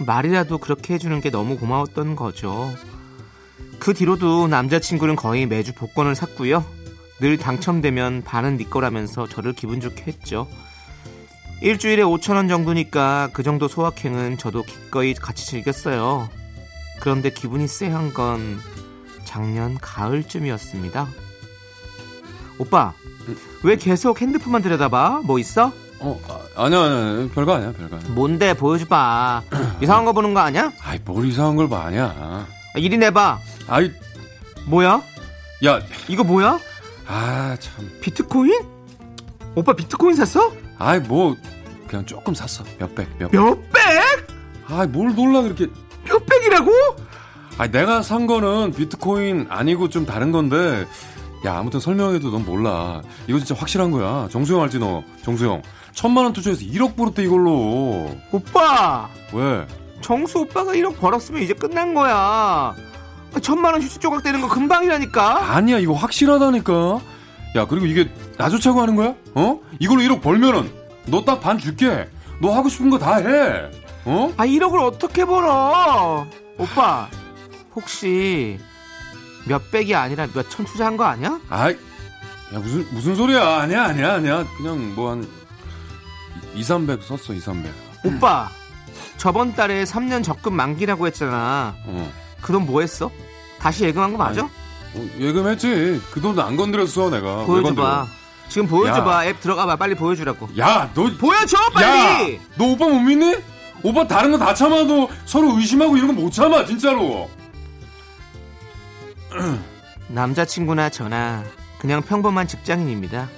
Speaker 2: 말이라도 그렇게 해주는 게 너무 고마웠던 거죠. 그 뒤로도 남자친구는 거의 매주 복권을 샀고요. 늘 당첨되면 반은 네 거라면서 저를 기분 좋게 했죠. 일주일에 5천 원 정도니까 그 정도 소확행은 저도 기꺼이 같이 즐겼어요. 그런데 기분이 쎄한 건 작년 가을쯤이었습니다. 오빠, 왜 계속 핸드폰만 들여다봐? 뭐 있어?
Speaker 7: 어, 아, 아니야, 아니야, 별거 아니야, 별거 아니야.
Speaker 2: 뭔데 보여줘봐. 이상한 거 보는 거 아니야?
Speaker 7: 아이, 뭘 이상한 걸 봐, 아니야.
Speaker 2: 아, 이리 내봐.
Speaker 7: 아이,
Speaker 2: 뭐야?
Speaker 7: 야,
Speaker 2: 이거 뭐야?
Speaker 7: 아, 참.
Speaker 2: 비트코인? 오빠 비트코인 샀어?
Speaker 7: 아이, 뭐, 그냥 조금 샀어. 몇 백, 몇 백.
Speaker 2: 몇 백?
Speaker 7: 아이, 뭘 놀라, 그렇게.
Speaker 2: 몇 백이 비트코인이라고?
Speaker 7: 아 내가 산 거는 비트코인 아니고 좀 다른 건데 야 아무튼 설명해도 넌 몰라 이거 진짜 확실한 거야 정수영 알지 너 정수영 천만 원 투자해서 1억 벌었대 이걸로
Speaker 2: 오빠,
Speaker 7: 왜
Speaker 2: 정수 오빠가 1억 벌었으면 이제 끝난 거야. 아, 천만 원 휴지 조각 되는 거 금방이라니까.
Speaker 7: 아니야 이거 확실하다니까 야 그리고 이게 나 좋자고 하는 거야 어 이걸로 1억 벌면은 너 딱 반 줄게 너 하고 싶은 거 다해어
Speaker 2: 아, 1억을 어떻게 벌어? 오빠, 혹시 몇 백이 아니라 몇 천 투자한 거 아니야?
Speaker 7: 아이, 야, 무슨, 무슨 소리야. 아니야, 아니야, 아니야. 그냥 뭐 한, 2, 300 썼어, 2, 300.
Speaker 2: 오빠, 저번 달에 3년 적금 만기라고 했잖아.
Speaker 7: 어.
Speaker 2: 그 돈 뭐 했어? 다시 예금한 거 맞아?
Speaker 7: 어, 예금했지. 그 돈 안 건드렸어, 내가. 왜
Speaker 2: 보여줘봐.
Speaker 7: 건드려?
Speaker 2: 지금 보여줘봐. 앱 들어가봐. 빨리 보여주라고.
Speaker 7: 야, 너,
Speaker 2: 보여줘
Speaker 7: 야!
Speaker 2: 빨리.
Speaker 7: 너 오빠 못 믿니? 오빠 다른 거 다 참아도 서로 의심하고 이런 거 못 참아, 진짜로.
Speaker 2: 남자친구나 저나 그냥 평범한 직장인입니다.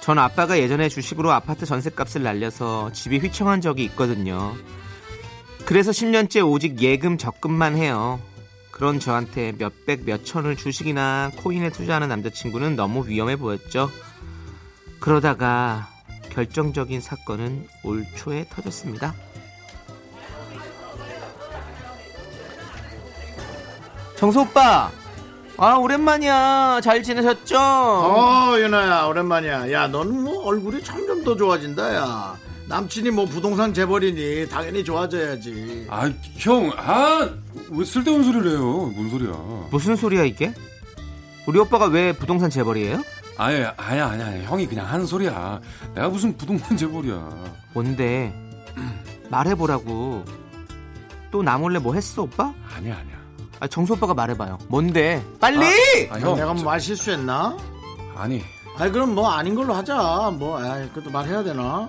Speaker 2: 전 아빠가 예전에 주식으로 아파트 전셋값을 날려서 집이 휘청한 적이 있거든요. 그래서 10년째 오직 예금 적금만 해요. 그런 저한테 몇백 몇천을 주식이나 코인에 투자하는 남자친구는 너무 위험해 보였죠. 그러다가 결정적인 사건은 올 초에 터졌습니다. 정수 오빠, 아 오랜만이야. 잘 지내셨죠?
Speaker 1: 어, 윤아야, 오랜만이야. 야, 너는 뭐 얼굴이 점점 더 좋아진다, 야. 남친이 뭐 부동산 재벌이니 당연히 좋아져야지.
Speaker 7: 아, 형, 아, 왜 쓸데없는 소리를 해요? 뭔 소리야.
Speaker 2: 무슨 소리야 이게? 우리 오빠가 왜 부동산 재벌이에요?
Speaker 7: 아예, 아야, 아야, 아야. 형이 그냥 하는 소리야. 내가 무슨 부동산 재벌이야.
Speaker 2: 뭔데? 말해보라고. 또 나 몰래 뭐 했어 오빠?
Speaker 7: 아니야, 아니야.
Speaker 2: 아, 정수 오빠가 말해봐요. 뭔데? 빨리!
Speaker 7: 아,
Speaker 1: 야,
Speaker 7: 형.
Speaker 1: 내가 뭐
Speaker 7: 저-
Speaker 1: 말 실수했나?
Speaker 7: 아니.
Speaker 1: 아니, 그럼 뭐 아닌 걸로 하자. 뭐, 아이, 그것도 말해야 되나?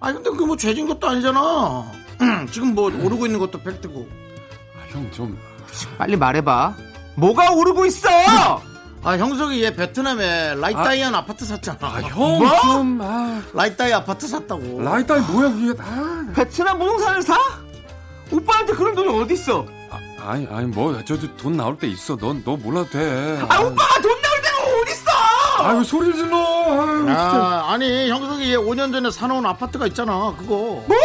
Speaker 1: 아니, 근데 그뭐 죄진 것도 아니잖아. 지금 뭐 오르고 있는 것도 팩트고.
Speaker 7: 아, 형 좀.
Speaker 2: 빨리 말해봐. 뭐가 오르고 있어?
Speaker 1: 아, 형석이 얘 베트남에
Speaker 7: 아.
Speaker 1: 라이따이안 아. 파트 샀잖아.
Speaker 7: 아, 형
Speaker 1: 뭐? 어.
Speaker 7: 좀. 아,
Speaker 1: 라이따이 아파트 샀다고.
Speaker 7: 라이다이 뭐야, 그게. 아,
Speaker 2: 베트남 부동산을 사? 오빠한테 그런 돈이 어딨어?
Speaker 7: 아 아니, 아니, 뭐, 저도 돈 나올 때 있어. 넌, 너 몰라도 돼.
Speaker 2: 아, 오빠가 돈 나올 때가 어딨어?
Speaker 7: 아유, 소리를 질러. 아유, 진짜.
Speaker 1: 아, 아니, 형석이 얘 5년 전에 사놓은 아파트가 있잖아. 그거.
Speaker 2: 뭐?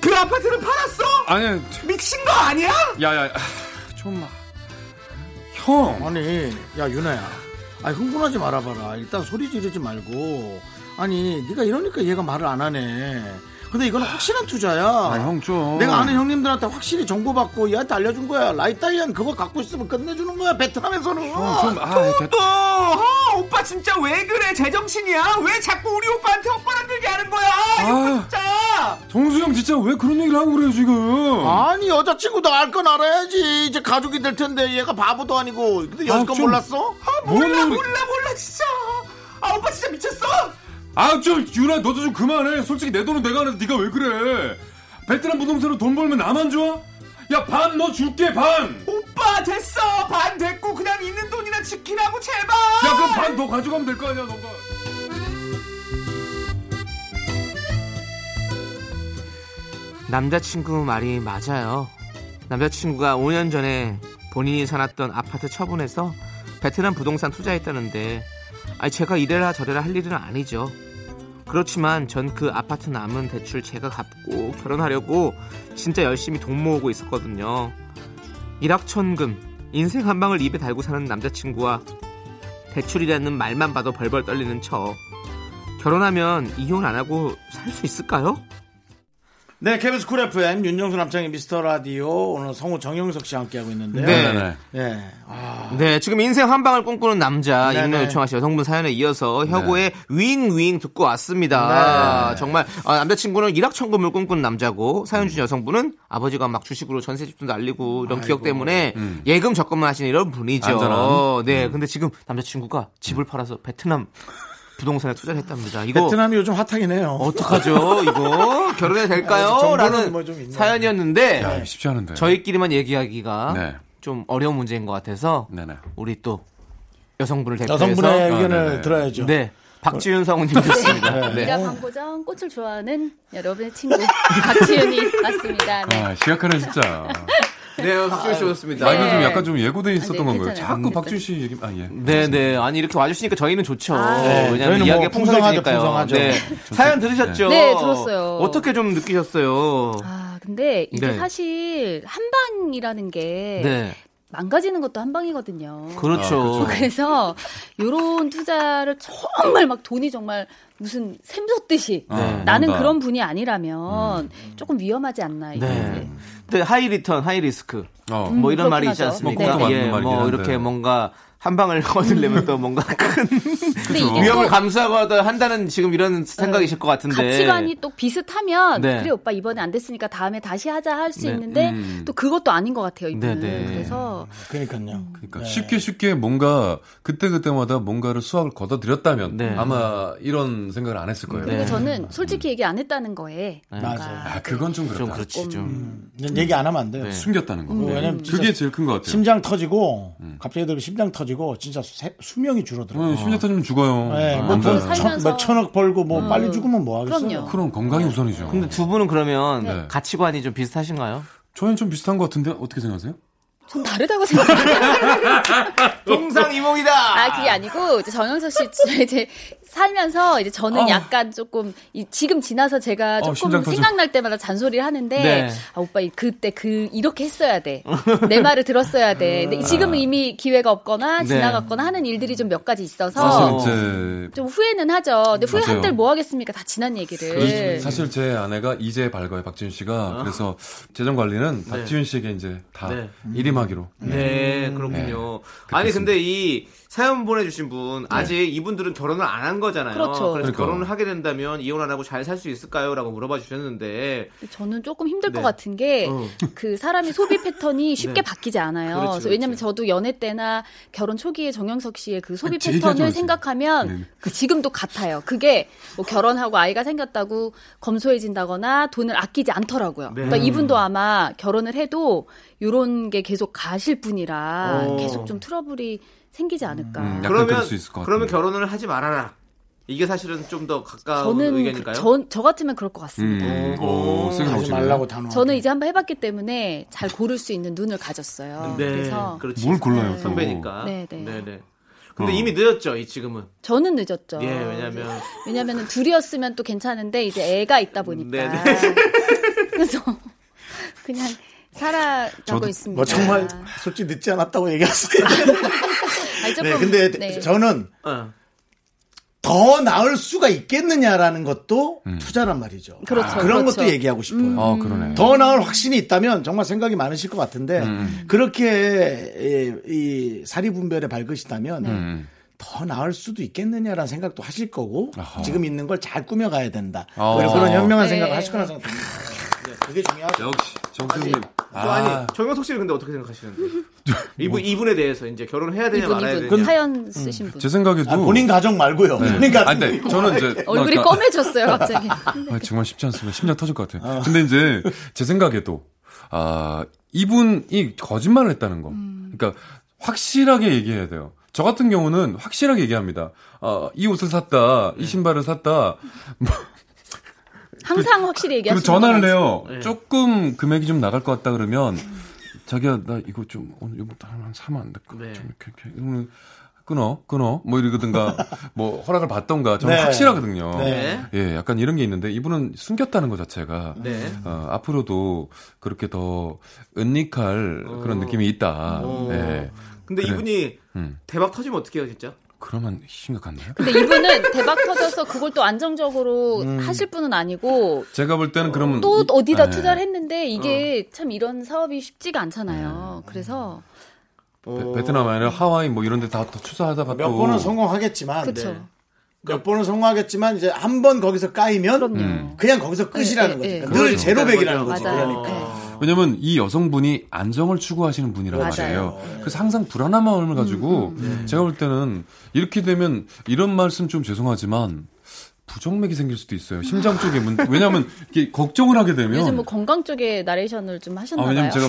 Speaker 2: 그 아파트를 팔았어?
Speaker 7: 아니,
Speaker 2: 미친 거 아니야?
Speaker 7: 야, 야, 야, 좀. 아, 형.
Speaker 1: 아니, 야 윤아야, 아 흥분하지 말아봐라. 일단 소리 지르지 말고. 아니, 네가 이러니까 얘가 말을 안 하네. 근데 이건 확실한 투자야.
Speaker 7: 아, 형 좀.
Speaker 1: 내가 아는 형님들한테 확실히 정보받고 얘한테 알려준 거야. 라이타이안 그거 갖고 있으면 끝내주는 거야. 베트남에서는.
Speaker 7: 형 좀. 아, 됐-
Speaker 2: 또, 어, 오빠 진짜 왜 그래? 제정신이야? 왜 자꾸 우리 오빠한테 헛바람 들게 하는 거야? 이 오빠
Speaker 7: 아.
Speaker 2: 진짜!
Speaker 7: 정수 형 진짜 왜 그런 얘기를 하고 그래요, 지금.
Speaker 1: 아니 여자친구도 알 건 알아야지. 이제 가족이 될 텐데 얘가 바보도 아니고. 근데 여지껏
Speaker 7: 좀-
Speaker 1: 몰랐어?
Speaker 2: 아
Speaker 7: 뭔
Speaker 2: 몰라
Speaker 7: 소리-
Speaker 2: 몰라 몰라 진짜 아 오빠 진짜 미쳤어
Speaker 7: 아, 좀, 유나, 너도 좀 그만해. 솔직히 내 돈은 내가 하는데 네가왜 그래. 베트남 부동산으로 돈 벌면 나만 줘? 야, 반 너 줄게, 반!
Speaker 2: 오빠 됐어 반 됐고 그냥 있는 돈이나 지키라고 제발
Speaker 7: 야, 그럼 반 더 가져가면 될 거 아니야, 너가.
Speaker 2: 남자친구 말이 맞아요 남자친구가 5년 전에 본인이 사놨던 아파트 처분해서 베트남 부동산 투자했다는데 아니 제가 이래라 저래라 할 일은 아니죠 그렇지만 전 그 아파트 남은 대출 제가 갚고 결혼하려고 진짜 열심히 돈 모으고 있었거든요. 일확천금, 인생 한 방울 입에 달고 사는 남자친구와 대출이라는 말만 봐도 벌벌 떨리는 저. 결혼하면 이혼 안 하고 살 수 있을까요?
Speaker 1: 네, 케빈스 쿨 FM 윤정수 남창의 미스터 라디오 오늘 성우 정영석 씨와 함께 하고 있는데요.
Speaker 2: 네.
Speaker 7: 네.
Speaker 1: 네. 아,
Speaker 2: 네, 지금 인생 한 방울 꿈꾸는 남자
Speaker 1: 네네. 네.
Speaker 2: 익명 요청하신 여성분 사연에 이어서 혁오의 윙윙 듣고 왔습니다. 정말 아, 남자친구는 일확천금을 꿈꾸는 남자고 사연
Speaker 1: 음.
Speaker 2: 주신 여성분은 아버지가 막 주식으로 전세 집도 날리고 이런 기억 때문에
Speaker 1: 음.
Speaker 2: 예금 적금만 하시는 이런 분이죠.
Speaker 7: 안전한.
Speaker 2: 네, 근데 지금 남자친구가 집을 팔아서 베트남 부동산에 투자를 했답니다. 이거
Speaker 1: 베트남이 요즘 핫하긴 해요.
Speaker 2: 어떡하죠? 이거 결혼해도 될까요?
Speaker 1: 정보는
Speaker 2: 라는
Speaker 1: 뭐좀 있나요? 네.
Speaker 2: 사연이었는데
Speaker 7: 야, 쉽지 않은데.
Speaker 2: 저희끼리만 얘기하기가
Speaker 7: 네.
Speaker 2: 좀 어려운 문제인 것 같아서
Speaker 7: 네네.
Speaker 2: 우리 또 여성분을 대표해서
Speaker 1: 여성분의 의견을
Speaker 7: 아, 네네.
Speaker 1: 들어야죠.
Speaker 2: 네 박지윤 성우님이었습니다. 네.
Speaker 8: 미라 광고장 꽃을 좋아하는 여러분의 친구 박지윤이 맞습니다. 네.
Speaker 7: 아, 시각하네, 진짜.
Speaker 2: 네, 박준 씨 오셨습니다.
Speaker 7: 아, 이거 좀
Speaker 6: 네.
Speaker 7: 약간 좀 예고돼 있었던
Speaker 6: 아, 네,
Speaker 7: 건가요?
Speaker 6: 괜찮아요.
Speaker 7: 자꾸
Speaker 6: 네,
Speaker 7: 박준 씨 얘기, 아, 예.
Speaker 2: 네, 네. 아니 이렇게 와주시니까 저희는 좋죠.
Speaker 8: 아.
Speaker 2: 왜냐면
Speaker 1: 저희는
Speaker 2: 이야기가
Speaker 1: 뭐 풍성하죠,
Speaker 2: 풍성해지니까요.
Speaker 1: 풍성하죠.
Speaker 2: 네. 사연 들으셨죠?
Speaker 8: 네, 들었어요.
Speaker 2: 어떻게 좀 느끼셨어요?
Speaker 8: 아, 근데 이게
Speaker 2: 네.
Speaker 8: 사실 한 방이라는 게
Speaker 2: 네,
Speaker 8: 망가지는 것도 한 방이거든요.
Speaker 4: 어.
Speaker 2: 그렇죠.
Speaker 8: 어, 그래서 요런 투자를 정말 막 돈이 정말 무슨 샘솟듯이
Speaker 7: 아,
Speaker 8: 나는
Speaker 7: 뭔가.
Speaker 8: 그런 분이 아니라면 조금 위험하지 않나 이게
Speaker 2: 음. 네. 근데 하이 리턴, 하이 리스크.
Speaker 7: 어.
Speaker 2: 뭐 이런
Speaker 8: 음, 그렇긴
Speaker 2: 말이 있지
Speaker 8: 하죠.
Speaker 2: 않습니까?
Speaker 8: 뭐
Speaker 7: 그것도
Speaker 2: 예,
Speaker 7: 맞는 말이긴
Speaker 2: 뭐
Speaker 7: 한데.
Speaker 2: 이렇게 뭔가 한 방을 거들려면 또 뭔가 큰
Speaker 8: 근데 이게
Speaker 2: 위험을
Speaker 8: 또
Speaker 2: 감수하고 하다 한다는 지금 이런 생각이실 것 같은데.
Speaker 8: 가치관이 또 비슷하면
Speaker 2: 네.
Speaker 8: 그래 오빠 이번에 안 됐으니까 다음에 다시 하자 할 수
Speaker 2: 네.
Speaker 8: 있는데 또 그것도 아닌 것 같아요 이분은
Speaker 2: 네, 네.
Speaker 8: 그래서
Speaker 1: 그러니까요.
Speaker 7: 그러니까 쉽게 쉽게 뭔가 그때그때마다 뭔가를 수학을 걷어들였다면
Speaker 2: 네.
Speaker 7: 아마 이런 생각을 안 했을 거예요.
Speaker 8: 그리고
Speaker 2: 네.
Speaker 8: 저는 솔직히 얘기 안 했다는 거에 그러니까.
Speaker 1: 맞아요.
Speaker 7: 아, 그건 좀 그렇다.
Speaker 2: 좀 그렇죠. 그렇지 좀.
Speaker 1: 이제 얘기 안 하면 안 돼요.
Speaker 7: 숨겼다는 거.
Speaker 1: 왜냐면
Speaker 7: 그게 제일 큰 것 같아요.
Speaker 1: 심장 터지고 갑자기 들면 심장 터지고 진짜 세- 수명이 줄어들어요.
Speaker 7: 어, 심장 터지면 죽어요.
Speaker 1: 음. 네,
Speaker 7: 안
Speaker 1: 뭐
Speaker 7: 돼요.
Speaker 1: 천,
Speaker 8: 돈 살면서- 음.
Speaker 1: 몇 천억 벌고 뭐 빨리 죽으면 뭐 하겠어요.
Speaker 8: 그럼요.
Speaker 7: 그럼 건강이 우선이죠.
Speaker 2: 근데 두 분은 그러면
Speaker 7: 네.
Speaker 2: 가치관이 좀 비슷하신가요?
Speaker 7: 저희는 좀 비슷한 것 같은데 어떻게 생각하세요?
Speaker 8: 전 다르다고 생각해요.
Speaker 2: 동상이몽이다.
Speaker 8: 아, 그게 아니고, 이제 정영석 씨, 진짜 이제 살면서 이제 저는
Speaker 7: 어.
Speaker 8: 약간 조금, 이- 지금 지나서 제가
Speaker 7: 어,
Speaker 8: 조금
Speaker 7: 심장 터져.
Speaker 8: 생각날 때마다 잔소리를 하는데,
Speaker 2: 네.
Speaker 8: 아, 오빠, 이- 그때 그, 이렇게 했어야 돼. 내 말을 들었어야 돼.
Speaker 7: 음.
Speaker 8: 근데 지금은 이미 기회가 없거나
Speaker 2: 네.
Speaker 8: 지나갔거나 하는 일들이 좀 몇 가지 있어서,
Speaker 7: 사실 이제
Speaker 8: 좀 후회는 하죠. 근데
Speaker 7: 맞아요. 그렇죠.
Speaker 8: 후회한들 뭐 하겠습니까? 다 지난 얘기를.
Speaker 1: 네.
Speaker 7: 이- 사실 제 아내가 이제 밝아요 박지윤 씨가 그래서 재정 관리는 박지윤 씨에게 이제 다
Speaker 2: 네.
Speaker 7: 일임하기로
Speaker 2: 네, 그렇군요. 아니 근데 이 사연 보내주신 분 아직 이분들은 결혼을 안 한 거잖아요.
Speaker 8: 그렇죠.
Speaker 2: 래서
Speaker 7: 네. 그러니까.
Speaker 2: 결혼을 하게 된다면 이혼 안 하고 잘 살 수 있을까요?라고 물어봐 주셨는데
Speaker 8: 저는 조금 힘들
Speaker 2: 네.
Speaker 8: 것 같은 게,
Speaker 2: 어.
Speaker 8: 그 사람이 소비 패턴이 쉽게 바뀌지 않아요.
Speaker 2: 그렇지,
Speaker 8: 그래서 왜냐면
Speaker 2: 그렇지.
Speaker 8: 저도 연애 때나 결혼 초기에 정영석 씨의 그 소비
Speaker 7: 제 얘기하지
Speaker 8: 패턴을
Speaker 7: 마세요.
Speaker 8: 생각하면
Speaker 7: 네.
Speaker 8: 그 지금도 같아요. 그게 뭐 결혼하고 아이가 생겼다고 검소해진다거나 돈을 아끼지 않더라고요. 그러니까 이분도 아마 결혼을 해도 요런 게 계속 가실 분이라
Speaker 2: 어.
Speaker 8: 계속 좀 트러블이 생기지 않을까.
Speaker 7: 음, 약간
Speaker 2: 그러면
Speaker 7: 그럴 수 있을 것
Speaker 2: 그러면
Speaker 7: 같아요.
Speaker 2: 결혼을 하지 말아라. 이게 사실은 좀 더 가까운
Speaker 8: 저는
Speaker 2: 의견일까요?
Speaker 8: 그- 전- 저 같으면 그럴 것 같습니다.
Speaker 7: 음,
Speaker 2: 오,
Speaker 7: 오, 세게
Speaker 1: 하지
Speaker 7: 보시네요.
Speaker 1: 말라고 단호.
Speaker 8: 저는 이제 한번 해봤기 때문에 잘 고를 수 있는 눈을 가졌어요.
Speaker 2: 네,
Speaker 8: 그래서
Speaker 2: 그렇지.
Speaker 7: 뭘 골라요? 또?
Speaker 2: 선배니까.
Speaker 8: 네, 네.
Speaker 2: 근데
Speaker 7: 어.
Speaker 2: 이미 늦었죠, 이 지금은.
Speaker 8: 저는 늦었죠.
Speaker 2: 예, 왜냐면
Speaker 8: 왜냐면은 둘이었으면 또 괜찮은데 이제 애가 있다 보니까
Speaker 2: 네,
Speaker 8: 그래서 그냥 살아가고
Speaker 7: 저도
Speaker 8: 있습니다.
Speaker 1: 뭐 정말
Speaker 8: 네.
Speaker 1: 솔직히 늦지 않았다고 얘기했어요.
Speaker 8: 아니, 조금,
Speaker 1: 네, 근데
Speaker 8: 아, 네.
Speaker 1: 저는
Speaker 2: 어.
Speaker 1: 더 나을 수가 있겠느냐라는 것도 투자란 말이죠.
Speaker 8: 그렇죠,
Speaker 1: 런
Speaker 8: 그렇죠.
Speaker 1: 것도 얘기하고 싶어요.
Speaker 7: 아 그러네.
Speaker 1: 더 나을 확신이 있다면 정말 생각이 많으실 것 같은데 그렇게 이, 이 사리 분별에 밝으시다면 더 나을 수도 있겠느냐라는 생각도 하실 거고
Speaker 7: 아하.
Speaker 1: 지금 있는 걸 잘 꾸며가야 된다.
Speaker 7: 어.
Speaker 1: 그런 그런 현명한
Speaker 8: 네. 아,
Speaker 1: 생각을 하실 거라 생각합니다. 그게 중요하죠.
Speaker 7: 역시 정수님.
Speaker 2: 저 아니, 정영석 씨는 근데 어떻게 생각하시는데?
Speaker 7: 뭐.
Speaker 2: 이분 이분에 대해서 이제 결혼해야 되냐
Speaker 8: 이분
Speaker 2: 말아야
Speaker 8: 이분
Speaker 2: 되냐.
Speaker 7: 음.
Speaker 8: 사연 쓰신 분
Speaker 7: 제 생각에도 네.
Speaker 1: 아, 본인 가정 말고요. 본인
Speaker 7: 아,
Speaker 1: 가정.
Speaker 7: 근데 저는 이제
Speaker 1: 어,
Speaker 8: 얼굴이
Speaker 7: 그러니까-
Speaker 8: 검해졌어요 갑자기.
Speaker 7: 아, 정말 쉽지 않습니다. 심장 터질 것 같아요. 근데 이제 제 생각에도 아 이분이 거짓말을 했다는 거. 그러니까 확실하게 얘기해야 돼요. 저 같은 경우는 확실하게 얘기합니다. 아, 이 옷을 샀다,
Speaker 1: 네.
Speaker 7: 이 신발을 샀다.
Speaker 8: 항상 확실히
Speaker 7: 그리고
Speaker 8: 얘기하시는
Speaker 7: 전화를
Speaker 8: 분
Speaker 7: 해요.
Speaker 2: 네.
Speaker 7: 조금 금액이 좀 나갈 것 같다 그러면 자기야 나 이거 좀 오늘 이거 하나 사면 안 될까?
Speaker 2: 네.
Speaker 7: 좀 이렇게 이렇게 이러면 끊어 끊어 뭐 이러든가 뭐 허락을 받던가 저는
Speaker 1: 네.
Speaker 7: 확실하거든요.
Speaker 1: 네.
Speaker 7: 예, 약간 이런 게 있는데 이분은 숨겼다는 것 자체가
Speaker 2: 네.
Speaker 7: 어, 앞으로도 그렇게 더 은닉할 그런 느낌이 있다.
Speaker 2: 어.
Speaker 7: 예.
Speaker 2: 근데
Speaker 7: 그래.
Speaker 2: 이분이
Speaker 7: 음.
Speaker 2: 대박 터지면 어떻게 해요, 진짜?
Speaker 7: 그러면 심각한데요?
Speaker 8: 근데 이분은 대박 터져서 그걸 또 안정적으로
Speaker 7: 음.
Speaker 8: 하실 분은 아니고
Speaker 7: 제가 볼 때는 그러면
Speaker 8: 또 어디다
Speaker 7: 예.
Speaker 8: 투자를 했는데
Speaker 2: 어.
Speaker 8: 이게 참 이런 사업이 쉽지가 않잖아요.
Speaker 7: 네.
Speaker 8: 그래서
Speaker 7: 베- 베트남 아니라 하와이 뭐 이런 데 다 투자하다가
Speaker 1: 몇
Speaker 7: 또
Speaker 1: 번은 성공하겠지만
Speaker 8: 그쵸
Speaker 2: 네.
Speaker 1: 몇 번은 성공하겠지만 이제 한 번 거기서 까이면
Speaker 8: 그럼요.
Speaker 1: 그냥 거기서 끝이라는
Speaker 8: 네, 네,
Speaker 1: 거지.
Speaker 8: 네.
Speaker 1: 늘 제로백이라는
Speaker 2: 거죠.
Speaker 1: 거지.
Speaker 8: 맞아요.
Speaker 1: 그러니까.
Speaker 8: 네.
Speaker 7: 왜냐면 이 여성분이 안정을 추구하시는 분이란
Speaker 8: 맞아요.
Speaker 7: 말이에요. 그래서 항상 불안한 마음을 가지고 제가 볼 때는 이렇게 되면 이런 말씀 좀 죄송하지만 부정맥이 생길 수도 있어요. 심장 쪽에 문 왜냐면 이게 걱정을 하게 되면
Speaker 8: 요즘 뭐 건강 쪽에 나레이션을 좀
Speaker 7: 아
Speaker 8: 하셨나봐요.
Speaker 7: 왜냐면 제가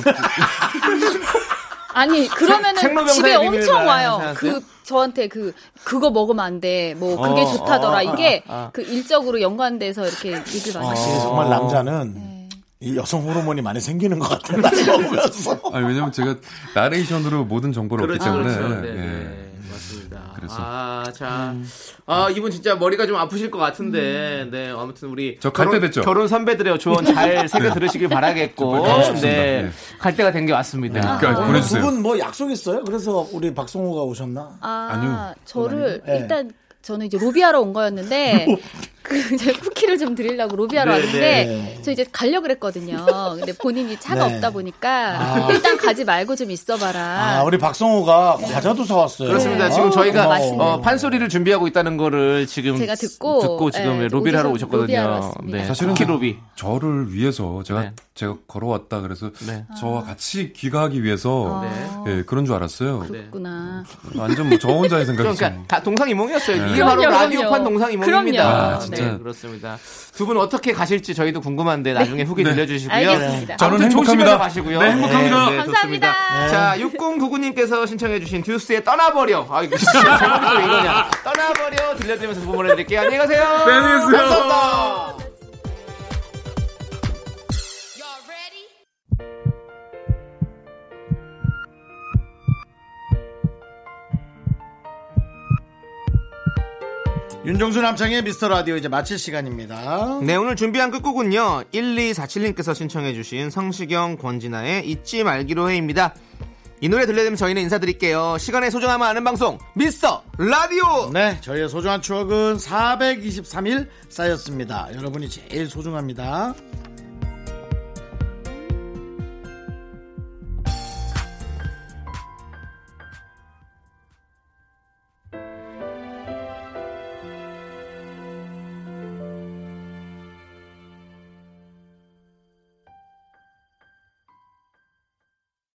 Speaker 8: 아니 그러면은
Speaker 2: 생로병사의
Speaker 8: 집에
Speaker 2: 비밀을
Speaker 8: 엄청 와요.
Speaker 2: 말하는 사람들?
Speaker 8: 그 저한테 그 그거 먹으면 안 돼. 뭐 그게
Speaker 2: 어,
Speaker 8: 좋다더라.
Speaker 2: 어,
Speaker 8: 이게
Speaker 2: 어, 어.
Speaker 1: 아,
Speaker 8: 그 일적으로 연관돼서 이렇게 얘기를 많이.
Speaker 1: 정말 남자는 이 여성 호르몬이 많이 생기는 것 같아요. 나이 먹으면서.
Speaker 7: 아니, 왜냐면 제가 나레이션으로 모든 정보를 얻기
Speaker 2: 그렇죠,
Speaker 7: 때문에.
Speaker 2: 그렇죠. 네,
Speaker 7: 예.
Speaker 2: 네. 맞습니다.
Speaker 7: 그래서.
Speaker 2: 아, 자.
Speaker 8: 음.
Speaker 2: 아, 이분 진짜 머리가 좀 아프실 것 같은데. 네, 아무튼 우리.
Speaker 7: 저갈때
Speaker 2: 결혼-
Speaker 7: 됐죠? 네.
Speaker 2: 결혼 선배들의 조언 잘 새겨 들으시길 바라겠고.
Speaker 7: 빨리 가고 싶습니다.
Speaker 2: 네.
Speaker 7: 네.
Speaker 2: 갈 때가 된 게 왔습니다.
Speaker 7: 그러니까 보내주세요.
Speaker 1: 두분 뭐 약속 있어요? 그래서 우리 박성호가 오셨나?
Speaker 8: 아,
Speaker 7: 아니요.
Speaker 8: 저를
Speaker 1: 네.
Speaker 8: 일단 저는 이제 로비하러 온 거였는데 그 이제 쿠키를 좀 드리려고 로비하러
Speaker 2: 네,
Speaker 8: 왔는데
Speaker 1: 네.
Speaker 8: 저 이제 가려 그랬거든요. 근데 본인이 차가
Speaker 1: 네.
Speaker 8: 없다 보니까 일단 가지 말고 좀 있어봐라.
Speaker 1: 아, 우리 박성호가 과자도 사왔어요.
Speaker 2: 그렇습니다.
Speaker 1: 네.
Speaker 2: 지금 저희가
Speaker 1: 고마워.
Speaker 2: 어, 판소리를 준비하고 있다는 거를 지금
Speaker 8: 제가 듣고,
Speaker 2: 지금
Speaker 8: 예,
Speaker 2: 로비를 하러
Speaker 8: 오셔서
Speaker 2: 오셨거든요.
Speaker 8: 로비하러 왔습니다.
Speaker 2: 네,
Speaker 7: 사실은
Speaker 2: 쿠키 로비.
Speaker 7: 저를 위해서 제가
Speaker 2: 네.
Speaker 7: 제가 걸어왔다 그래서
Speaker 2: 네. 아.
Speaker 7: 저와 같이 귀가하기 위해서 예, 그런 줄 알았어요.
Speaker 8: 그렇구나.
Speaker 7: 완전 뭐 저 혼자의
Speaker 2: 네. 그러니까
Speaker 7: 생각이죠.
Speaker 2: 다 동상이몽이었어요. 이게
Speaker 8: 그럼요,
Speaker 2: 바로
Speaker 8: 그럼요.
Speaker 2: 라디오판 동상이몽입니다.
Speaker 8: 그럼요.
Speaker 7: 네. 아, 진짜.
Speaker 2: 네, 그렇습니다. 두 분 어떻게 가실지 저희도 궁금한데 나중에 후기 들려주시고요.
Speaker 8: 네. 알겠습니다.
Speaker 7: 저는
Speaker 2: 아무튼
Speaker 7: 네. 행복합니다.
Speaker 2: 조심해서 가시고요.
Speaker 7: 네, 행복합니다.
Speaker 8: 감사합니다. 네.
Speaker 2: 좋습니다. 자, 6099님께서 신청해주신 듀스의 떠나버려. 아, 이거 진짜 제목이 왜 이거냐. 떠나버려 들려드리면서 두분 보내드릴게요. 안녕히 가세요. 네,
Speaker 7: 안녕히 계세요.
Speaker 2: 감사합니다.
Speaker 1: 윤정수 남창의 미스터 라디오 이제 마칠 시간입니다.
Speaker 2: 네, 오늘 준비한 끝곡은요. 1247님께서 신청해주신 성시경 권진아의 잊지 말기로 해입니다. 이 노래 들려드리면 저희는 인사드릴게요. 시간의 소중함을 아는 방송, 미스터 라디오!
Speaker 1: 네, 저희의 소중한 추억은 423일 쌓였습니다. 여러분이 제일 소중합니다.